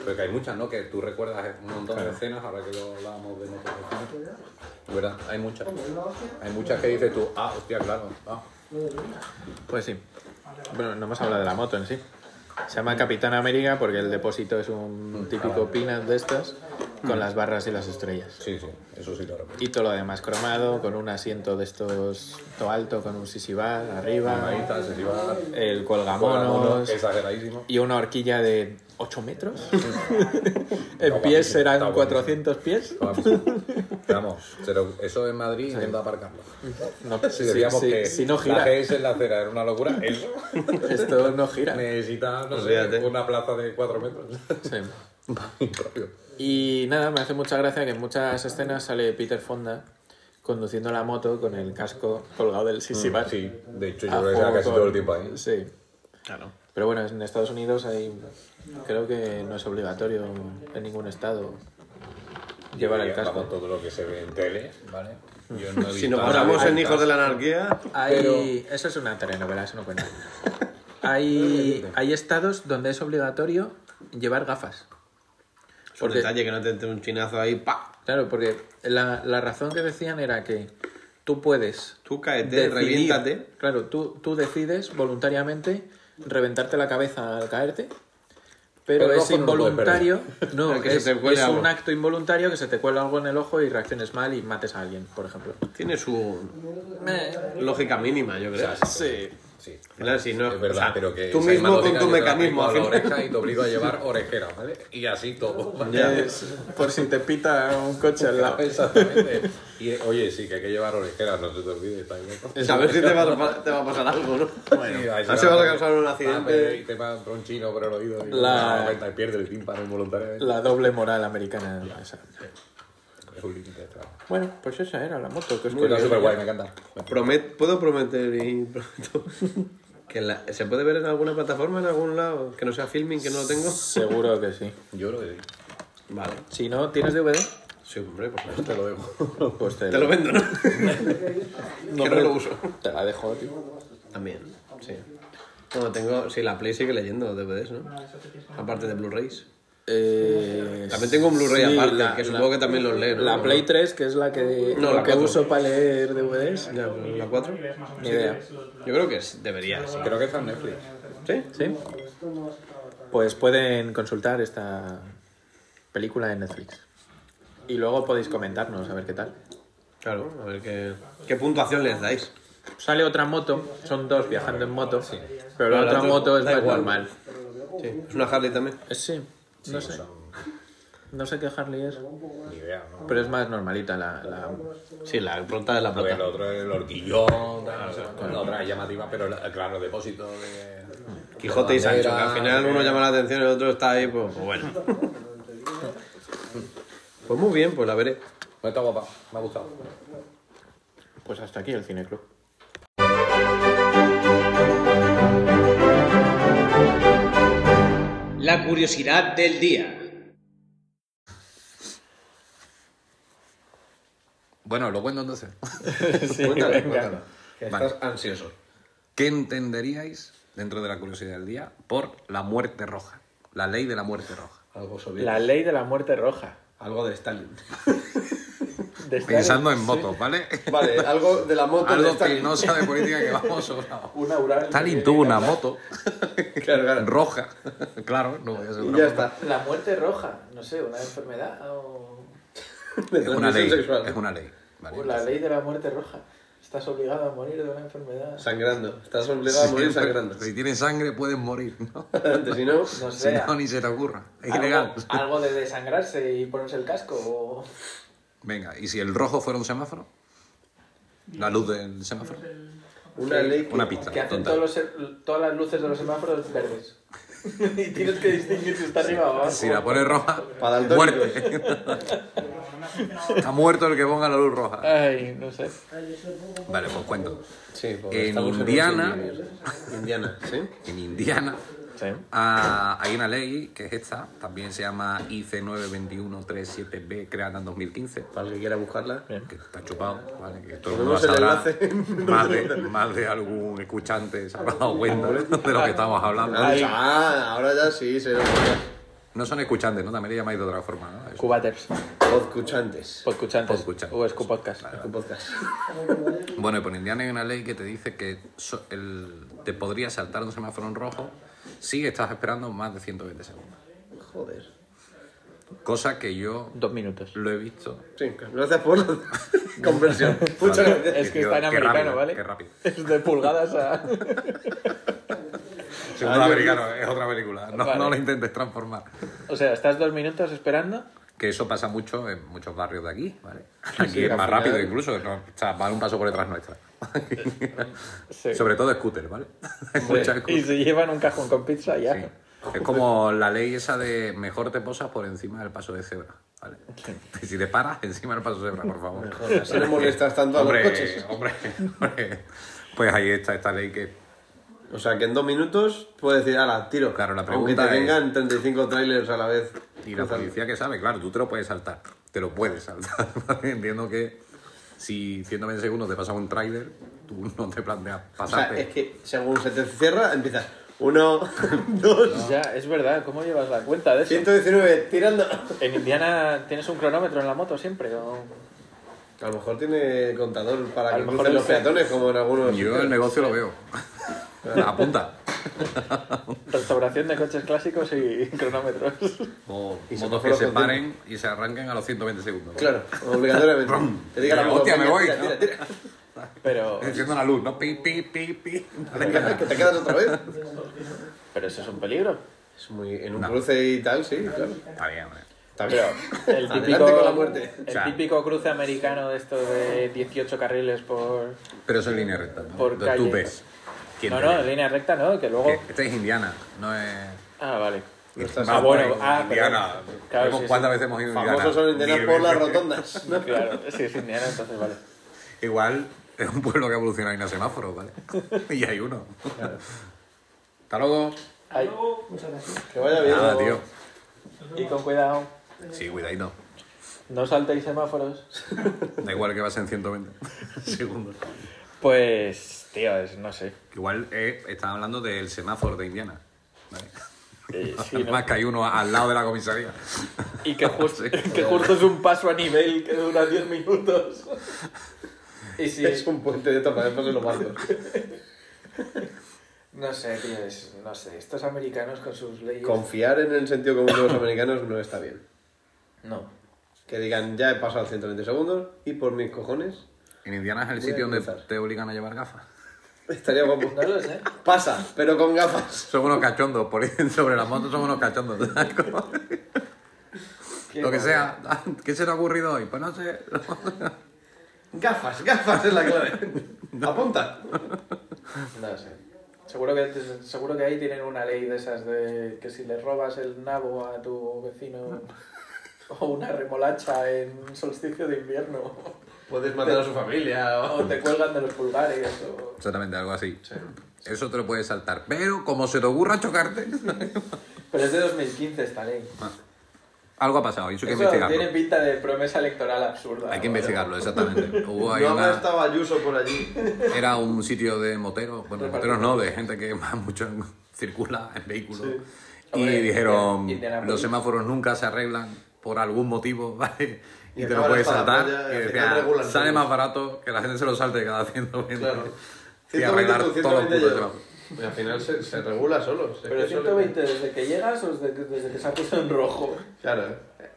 G: Porque hay muchas, ¿no? Que tú recuerdas un montón de escenas, ahora que lo hablábamos de motos de cine. De ¿Verdad? Hay muchas. Hay muchas que dices tú, ah, hostia, claro. Ah.
C: Pues sí. Bueno, no hemos hablado de la moto en sí. Se llama Capitán América porque el depósito es un típico peanut de estas con las barras y las estrellas.
G: Sí, sí, eso sí lo recuerdo.
C: Y todo lo demás cromado, con un asiento de estos todo alto, con un sisibar
G: Ahí
C: arriba,
G: está, se iba a
C: el
G: Mono,
C: colgamonos
G: exageradísimo.
C: y una horquilla de 8 metros. en pies serán 400 pies.
G: Vamos, vamos pero eso en Madrid intenta aparcarlo.
C: No,
G: Si
C: si,
G: decíamos
C: si-
G: que
C: si no
G: la
C: gira,
G: GS en la acera era una locura, eso
C: esto no gira.
G: necesita, no sé,
B: Fíjate.
G: una plaza de 4 metros.
C: Sí.
G: Propio.
C: Y nada, me hace mucha gracia que en muchas escenas sale Peter Fonda conduciendo la moto con el casco colgado del sisi bar.
G: Mm, Sí, de hecho
C: A
G: yo creo que era
C: fuego
G: casi
C: Ah, con-
G: todo el tiempo ahí.
C: Sí. Claro. Pero bueno, en Estados Unidos hay... Creo que no es obligatorio en ningún estado llevar el
G: Vamos,
C: casco.
G: todo lo que se ve en tele, ¿vale? Yo no he
B: Si
G: visto
B: nos
G: nada
B: basamos
G: de
B: en
G: estas.
B: Hijos de la Anarquía,
C: Hay... Eso es una telenovela, eso no cuenta. Hay, hay estados donde es obligatorio llevar gafas.
B: por
C: Porque-
B: detalle que no te entre un chinazo ahí, pa.
C: Claro, porque la, la razón que decían era que tú puedes
B: Tú caete,
C: decidir.
B: reviéntate.
C: Claro, tú, tú decides voluntariamente reventarte la cabeza al caerte, pero,
G: Pero el
C: es
G: ojo no lo puedes
C: involuntario. No,
B: El que se
C: es,
B: te cuele
C: es un
B: algo.
C: acto involuntario que se te cuela algo en el ojo y reacciones mal y mates a alguien, por ejemplo.
B: Tiene su lógica mínima, yo creo.
C: Sí.
G: Sí.
B: Claro, si no.
G: Es verdad,
B: o sea,
G: pero que
B: tú
G: esa
B: mismo con
G: imagen
B: tu
G: yo te la
B: mecanismo. Al
G: aplico a la
B: final.
G: oreja y te obligo a llevar orejera, ¿vale? Y así todo. ¿vale?
C: Es por si te pita un coche al lado.
G: Exactamente. Y, eh, oye, sí, que hay que llevar orejeras, no se te olvide. Está ahí,
B: A ver si te va a, pa- te va a pasar algo, ¿no? a ver Ah, si vas a causar un accidente.
G: Ah, Y te va un tronchino por el oído. Y,
C: La-
G: la... y pierde el tímpano ¿eh? involuntariamente.
C: La doble moral americana. esa.
G: Es un límite. claro.
C: Bueno, pues esa era la moto. Que os
G: Era
C: quería-
G: súper guay, me encanta.
B: Promet- puedo prometer y prometo que la- se puede ver en alguna plataforma, en algún lado, que no sea filming, que no lo tengo.
C: Seguro que sí.
G: Yo lo que sí.
B: Vale.
C: Si no, ¿tienes DVD?
B: Sí, hombre, pues
G: Te lo dejo.
C: Pues te,
B: Te lo vendo, ¿no? que no
C: hombre.
B: lo uso.
C: te la dejo, tío.
B: También, sí. Bueno, tengo, sí, la Play sigue leyendo DVDs, ¿no? Aparte de Blu-rays.
C: Eh,
B: También tengo un Blu-ray
C: sí,
B: aparte,
C: la-
B: que
C: la-
B: supongo que también los lee, ¿no?
C: La Play 3, que es la que,
B: No,
C: lo
B: la
C: que
B: 4.
C: uso para leer DVDs.
B: Ya, pero ¿La 4? Yo
C: Ni idea.
B: creo que es- debería, sí.
G: Creo que está en Netflix.
B: ¿Sí?
C: ¿Sí? Pues pueden consultar esta película en Netflix. Y luego podéis comentarnos a ver qué tal.
B: Claro, a ver qué, qué puntuación les dais.
C: Sale otra moto, son dos viajando en moto, pero
B: Pero
C: la
B: la
C: otra
B: otra
C: moto es
B: da
C: más
B: igual.
C: normal.
B: Sí. Es una Harley también.
C: Eh, Sí, no sé. No sé qué Harley es,
G: Ni idea, ¿no?
C: pero es más normalita la- la,
B: Sí, la pronta de la
G: Porque el
B: plata.
G: otro es el horquillón, tal, la otra es llamativa, pero la- claro, el depósito de. eh,
B: Quijote y Sancho, que
G: bandera,
B: al final uno llama la atención y el otro está ahí, pues, pues bueno. Pues muy bien, pues la veré.
G: No está guapa, me ha gustado.
C: Pues hasta aquí el cineclub.
H: La curiosidad del día.
I: Bueno, lo cuento entonces.
B: cuéntalo, cuéntalo. Que estás ansioso.
I: ¿Qué entenderíais dentro de la curiosidad del día por la muerte roja? La ley de la muerte roja.
B: Algo soviético.
C: La ley de la muerte roja.
B: Algo de Stalin.
C: De estar
I: Pensando en motos, ¿vale?
B: Vale, algo de la moto de
I: Algo que
B: Stalin.
I: no sabe política que vamos sobrado.
C: una Ural.
I: Stalin tuvo una moto
B: Claro, claro.
I: roja. Claro, no voy a ser
B: Y
I: una
B: ya
I: moto.
B: está.
C: La muerte roja, no sé, una enfermedad o
I: Es una ley. Es una ley. ¿vale?
C: Pues o la ley de la muerte roja. Estás obligado a morir de una enfermedad.
B: Sangrando. Estás obligado a morir sangrando.
G: Si tienes sangre, puedes morir, ¿no?
B: Antes, si no,
C: No
G: Si
C: sé.
G: no, ni se te ocurra. Es
C: algo,
G: ilegal.
C: algo de desangrarse y ponerse el casco. O...
G: Venga, ¿y si el rojo fuera un semáforo? La luz del semáforo.
B: una ley que...
G: Una pista,
C: Que hacen
G: tonta.
C: todos los, se- todas las luces de los semáforos verdes. y tienes que distinguir si está arriba o abajo.
G: Si la pones roja,
B: Padaltónicos.
G: muerte. Está muerto el que ponga la luz roja.
C: Ay, no sé.
G: Vale, pues cuento.
B: Sí, porque
G: En
B: estamos unos
G: Indiana-
B: ingenieros. Indiana, ¿sí?
G: En Indiana
C: Sí.
G: ah, hay una ley que es esta, también se llama IC 92137B, creada en 2015.
B: Para el que quiera buscarla.
G: que está chupado, ¿vale? que todo el mundo
B: Ponemos el
G: sabrá,
B: enlace.
G: más, de, más de algún escuchante se habrá dado cuenta de lo que estamos hablando.
C: Ay.
B: Ah, ahora ya sí, se lo buscas.
G: No son escuchantes, ¿no? También le llamáis de otra forma, ¿no? Eso.
C: Cubaters.
B: Podcuchantes.
C: Podcuchantes.
G: Podcuchantes.
C: O escupodcast.
B: Tu podcast.
G: Bueno, y por Indiana hay una ley que te dice que so- el- te podría saltar un semáforo en rojo si estás esperando más de 120 segundos.
B: Joder.
G: Cosa que yo
C: Dos minutos.
G: lo he visto.
B: Sí, gracias por la conversión. Muchas
G: Vale.
B: gracias.
C: Es que
G: Qué
C: está en
G: rápido,
C: americano,
G: qué
C: ¿vale?
G: rápido.
C: Es de pulgadas a.
G: Si es un americano, es otra película. No,
C: Ah, Vale.
G: no lo intentes transformar.
C: O sea, estás dos minutos esperando.
G: Que eso pasa mucho en muchos barrios de aquí, ¿vale?
B: Sí,
G: Aquí
B: sí,
G: es
B: al
G: más
B: final-
G: rápido incluso, ¿no? o sea, van un paso por detrás nuestra.
C: Sí.
G: Sobre todo scooter, ¿vale? Hay muchas
C: Y
G: scooters.
C: se llevan un cajón con pizza ya.
G: Sí. Es como la ley esa de mejor te posas por encima del paso de cebra, ¿vale? Si te paras, encima del paso de cebra, por favor.
B: Mejor, así no molestas tanto a los
G: Hombre,
B: coches.
G: Hombre, hombre. Pues ahí está esta ley que
B: O sea, que en dos minutos puedes decir, ala, tiro.
G: Claro, la
B: Aunque
G: pregunta
B: te
G: es-
B: vengan 35 trailers a la vez.
G: Y la policía que sabe, claro, tú te lo puedes saltar. Te lo puedes saltar. ¿vale? Entiendo que si 120 segundos te pasa un trailer, tú no te planteas
B: O sea,
G: pasarte.
B: es que según se te cierra, empiezas. Uno, dos,
C: Pues Ya, es verdad. ¿Cómo llevas la cuenta de eso?
B: 119, tirando.
C: ¿En Indiana tienes un cronómetro en la moto siempre? O...
B: A lo mejor tiene contador
C: A
B: para que
C: lo mejor
B: crucen los
C: dice-
B: peatones, como en algunos.
G: Yo
B: sitios.
G: el negocio lo veo. Apunta.
C: Restauración de coches clásicos y cronómetros.
G: O
B: Y se
G: motos
B: coge
G: que
B: los
G: se
B: contigo.
G: paren y se arranquen a los 120 segundos.
B: Claro, obligatoriamente. Te diga la moto,
G: Hostia, me
B: venga,
G: voy,
B: tira,
G: ¿no?
B: tira, tira.
C: Pero,
G: Enciendo la luz, ¿no? Pi, pi, pi, pi.
B: Que te quedas otra vez.
C: pero eso es un peligro.
B: Es muy, en un
G: No.
B: cruce y tal, sí, claro.
G: Está bien, hombre.
B: Está bien.
C: Pero el
B: Adelante
C: típico,
B: con la muerte.
C: el
G: O sea-
C: típico cruce americano de esto de 18 carriles por...
G: Pero eso es línea recta. ¿no?
C: Por
G: Entonces
C: calle.
G: Tú ves. quién
C: No,
G: te
C: no,
G: ve.
C: en línea recta no, que luego...
G: Que Esta es Indiana, no es.
C: Ah, vale.
B: No estás-
C: Ah, bueno, ah,
G: Indiana.
C: perdón. Claro,
G: Vemos
C: sí, sí.
G: ¿Cuántas veces hemos ido a Indiana?
B: Famosos son Indiana
G: Mil
B: por las
G: veces.
B: rotondas. ¿no?
C: Claro, sí, es Indiana, entonces vale.
G: Igual es un pueblo que ha evolucionado y no hay semáforos, ¿vale? Y hay uno. Hasta luego.
C: Ay,
F: Muchas gracias.
B: Que vaya bien.
G: Nada,
B: luego.
G: tío.
C: y con cuidado,
G: Sí, cuidadito.
C: no saltéis semáforos.
G: Da igual que vas en 120 segundos.
C: Pues, tío, es- no sé.
G: Igual eh, están hablando del semáforo de Indiana. ¿vale?
C: Eh, sí, ¿no?
G: Más que hay uno al lado de la comisaría.
C: Y que, justo que justo es un paso a nivel que dura 10 minutos. Y si...
B: Es un puente de tapa de paso en los barcos.
C: No sé, tío, es- no sé. Estos americanos con sus leyes...
B: Confiar en el sentido común de los americanos no está bien.
C: No.
B: Que digan, ya he pasado 120 segundos y por mis cojones
G: En Indiana es el
B: Voy a
G: sitio donde
B: cruzar.
G: te obligan a llevar gafas.
B: estaría guapo.
C: No lo sé.
B: Pasa, pero con gafas.
G: Son unos cachondos, por ir sobre las motos son unos cachondos. Lo que sea, ¿qué se te ha ocurrido hoy? Pues no sé.
B: Gafas, gafas es la clave. Apunta.
C: No sé. Seguro que, seguro que ahí tienen una ley de esas de que si le robas el nabo a tu vecino o una remolacha en un solsticio de invierno
B: Puedes matar a su familia o...
C: o te cuelgan de los pulgares o...
G: Exactamente, algo así. Eso te lo puedes saltar. Pero como se te ocurra chocarte,
C: Pero es de 2015 esta ley.
G: algo ha pasado. y Eso hay que
C: Eso tiene
G: investigarlo.
C: pinta de promesa electoral absurda.
G: Hay que investigarlo, exactamente. Hubo ahí
B: No
G: una-
B: habrá estado Ayuso por allí.
G: Era un sitio de moteros, bueno, de moteros no, de gente que más mucho en- circula en vehículos.
C: Sí.
G: Y
C: Hombre,
G: dijeron,
C: Indian- Indianapolis.
G: los semáforos nunca se arreglan por algún motivo, ¿vale?
B: Y
G: Y, te lo
B: acaban
G: puedes
B: hasta la
G: saltar.
B: playa,
G: Y
B: al
G: decía,
B: final regulan
G: sale
B: todos".
G: más barato que la gente se lo salte cada 120.
B: Claro.
G: Y arreglar
B: 120
G: todos los
B: lleva.
G: putos semáforos.
B: Y al final se, se regula solo. se-
C: Pero
B: que solo-
C: 120 desde que llegas o desde, desde que se ha puesto en rojo.
B: Claro.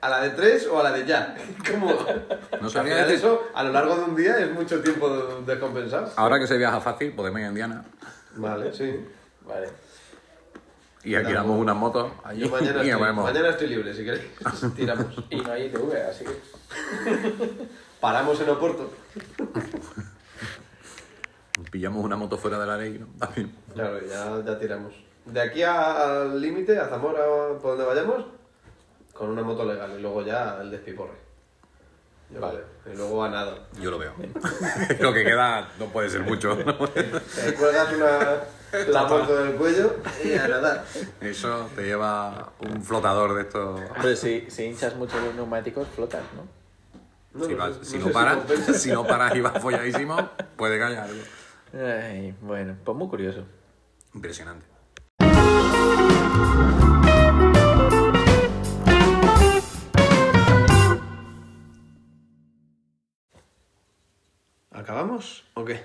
B: ¿A la de 3 o a la de ya? ¿Cómo?
G: No
B: Al
G: sabría
B: final
G: decir-
B: eso, a lo largo de un día, es mucho tiempo de- descompensado.
G: Ahora que se viaja fácil, podemos ir a Indiana
B: Vale, sí.
C: Vale.
G: y alquilamos unas motos allí
B: Yo mañana,
G: y
B: estoy,
G: nos vemos.
B: mañana estoy libre, si queréis. Tiramos.
C: Y no hay ITV, así que.
B: Paramos en Oporto.
G: Pillamos una moto fuera de la ley, ¿no? También.
B: Claro, ya, ya tiramos. De aquí a- al límite, a Zamora, por donde vayamos, con una moto legal y luego ya el despiporre. Yo lo veo. Y luego a nada.
G: Yo lo veo. lo que queda no puede ser mucho. ¿no?
B: Te cuelgas una, la moto del cuello y a nadar.
G: Eso te lleva un flotador de estos.
C: Hombre, si, si hinchas mucho los neumáticos, flotan, ¿no?
B: No,
G: si,
B: no
G: vas-
B: sé-
G: si
B: no
G: no
B: sé
G: paras,
B: compensa.
G: si, no paras y vas folladísimo, puede callar.
C: Ay, bueno, pues muy curioso.
G: Impresionante.
B: ¿Acabamos o qué?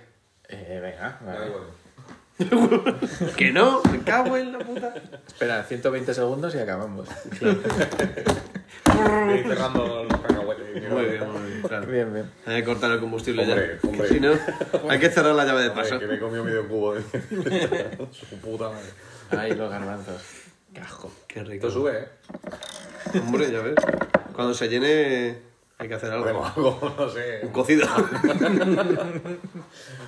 C: Eh, venga,
D: Da
C: vale.
D: igual.
B: Que no, me cago en la puta.
C: Espera, 120 segundos y acabamos.
D: Voy cerrando los cacahuetes.
B: Muy bien, muy bien, claro.
C: Bien, bien.
B: Hay que cortar el combustible
D: Hombre,
B: ya.
D: hombre.
B: que Si no, hay que cerrar la llave de paso.
D: Hombre, que me he comido medio cubo de Su puta madre.
C: Ay, los garbanzos. Cajo.
B: Qué rico.
D: Esto sube, ¿eh?
B: Hombre, ya ves. Cuando se llene, hay que hacer algo.
D: Hacemos algo, no sé.
B: Un cocido. Ah.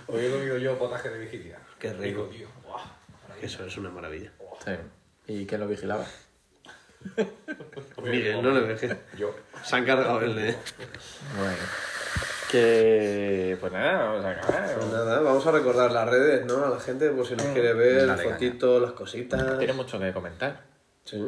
D: Hoy he comido yo potaje de vigilia.
B: Qué rico.
D: tío. Buah.
B: Eso es una maravilla.
C: Sí. ¿Y quién lo vigilaba?
B: Miguel, no le dejes.
D: Yo.
B: Se han cargado el de.
C: Bueno. Que. Pues nada, vamos a acabar.
B: Pues Nada, vamos a recordar las redes, ¿no? A la gente, por si nos quiere ver, fotitos, las cositas.
C: Tiene mucho que comentar.
B: Sí.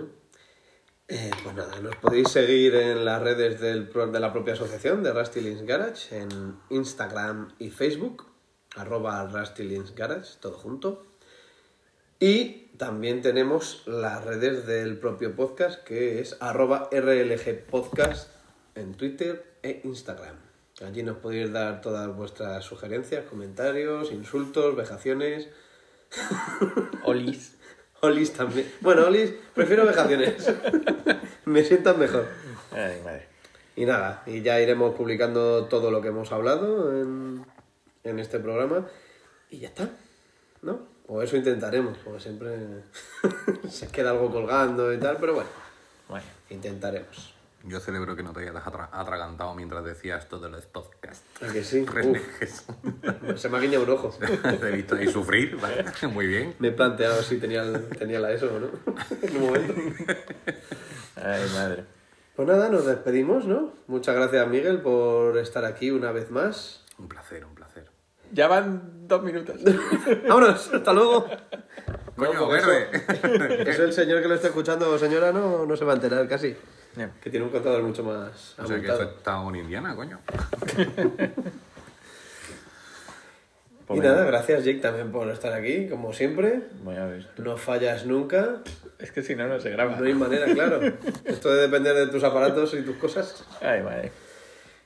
B: Eh, pues nada, nos podéis seguir en las redes del pro- de la propia asociación de Rusty Links Garage, en Instagram y Facebook, arroba Rusty Links Garage, todo junto. Y también tenemos las redes del propio podcast, que es arroba RLG Podcast en Twitter e Instagram. Allí nos podéis dar todas vuestras sugerencias, comentarios, insultos, vejaciones.
C: Olis.
B: Olis también. Bueno, Olis, prefiero vejaciones. Me sientan mejor.
C: Ay, madre.
B: Y nada, y ya iremos publicando todo lo que hemos hablado en, en este programa. Y ya está. ¿No? O eso intentaremos, como siempre se queda algo colgando y tal, pero bueno,
C: Bueno.
B: intentaremos.
G: Yo celebro que no te hayas atra- atragantado mientras decías todo los podcasts.
B: ¿A que sí?
G: Renejes.
B: Uf, se me ha guiñado un ojo.
G: Te he visto ahí sufrir. ¿vale? Muy bien.
B: Me he planteado si tenía, el- tenía la ESO o no. en un momento.
C: Ay, madre.
B: Pues nada, nos despedimos, ¿no? Muchas gracias, Miguel, por estar aquí una vez más.
G: Un placer, un placer.
C: Ya van dos minutos.
B: Vámonos, hasta luego.
G: Coño,
B: porque
G: verde.
B: Eso, eso el señor que lo está escuchando, señora, no, no se va a enterar casi.
C: Bien.
B: Que tiene un contador mucho más
G: O sea que eso
B: abultado.
G: está en Indiana, coño.
B: Y nada, gracias Jake también por estar aquí, como siempre.
C: Bueno, a ver.
B: No fallas nunca.
C: Es que si no, no se graba.
B: No hay manera, claro. Esto de depender de tus aparatos y tus cosas.
C: Ay, madre.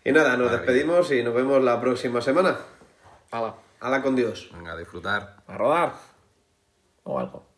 B: Y nada, nos despedimos y nos vemos la próxima semana.
C: Hala.
B: Hala con Dios.
G: Venga, a disfrutar.
C: A rodar. O algo.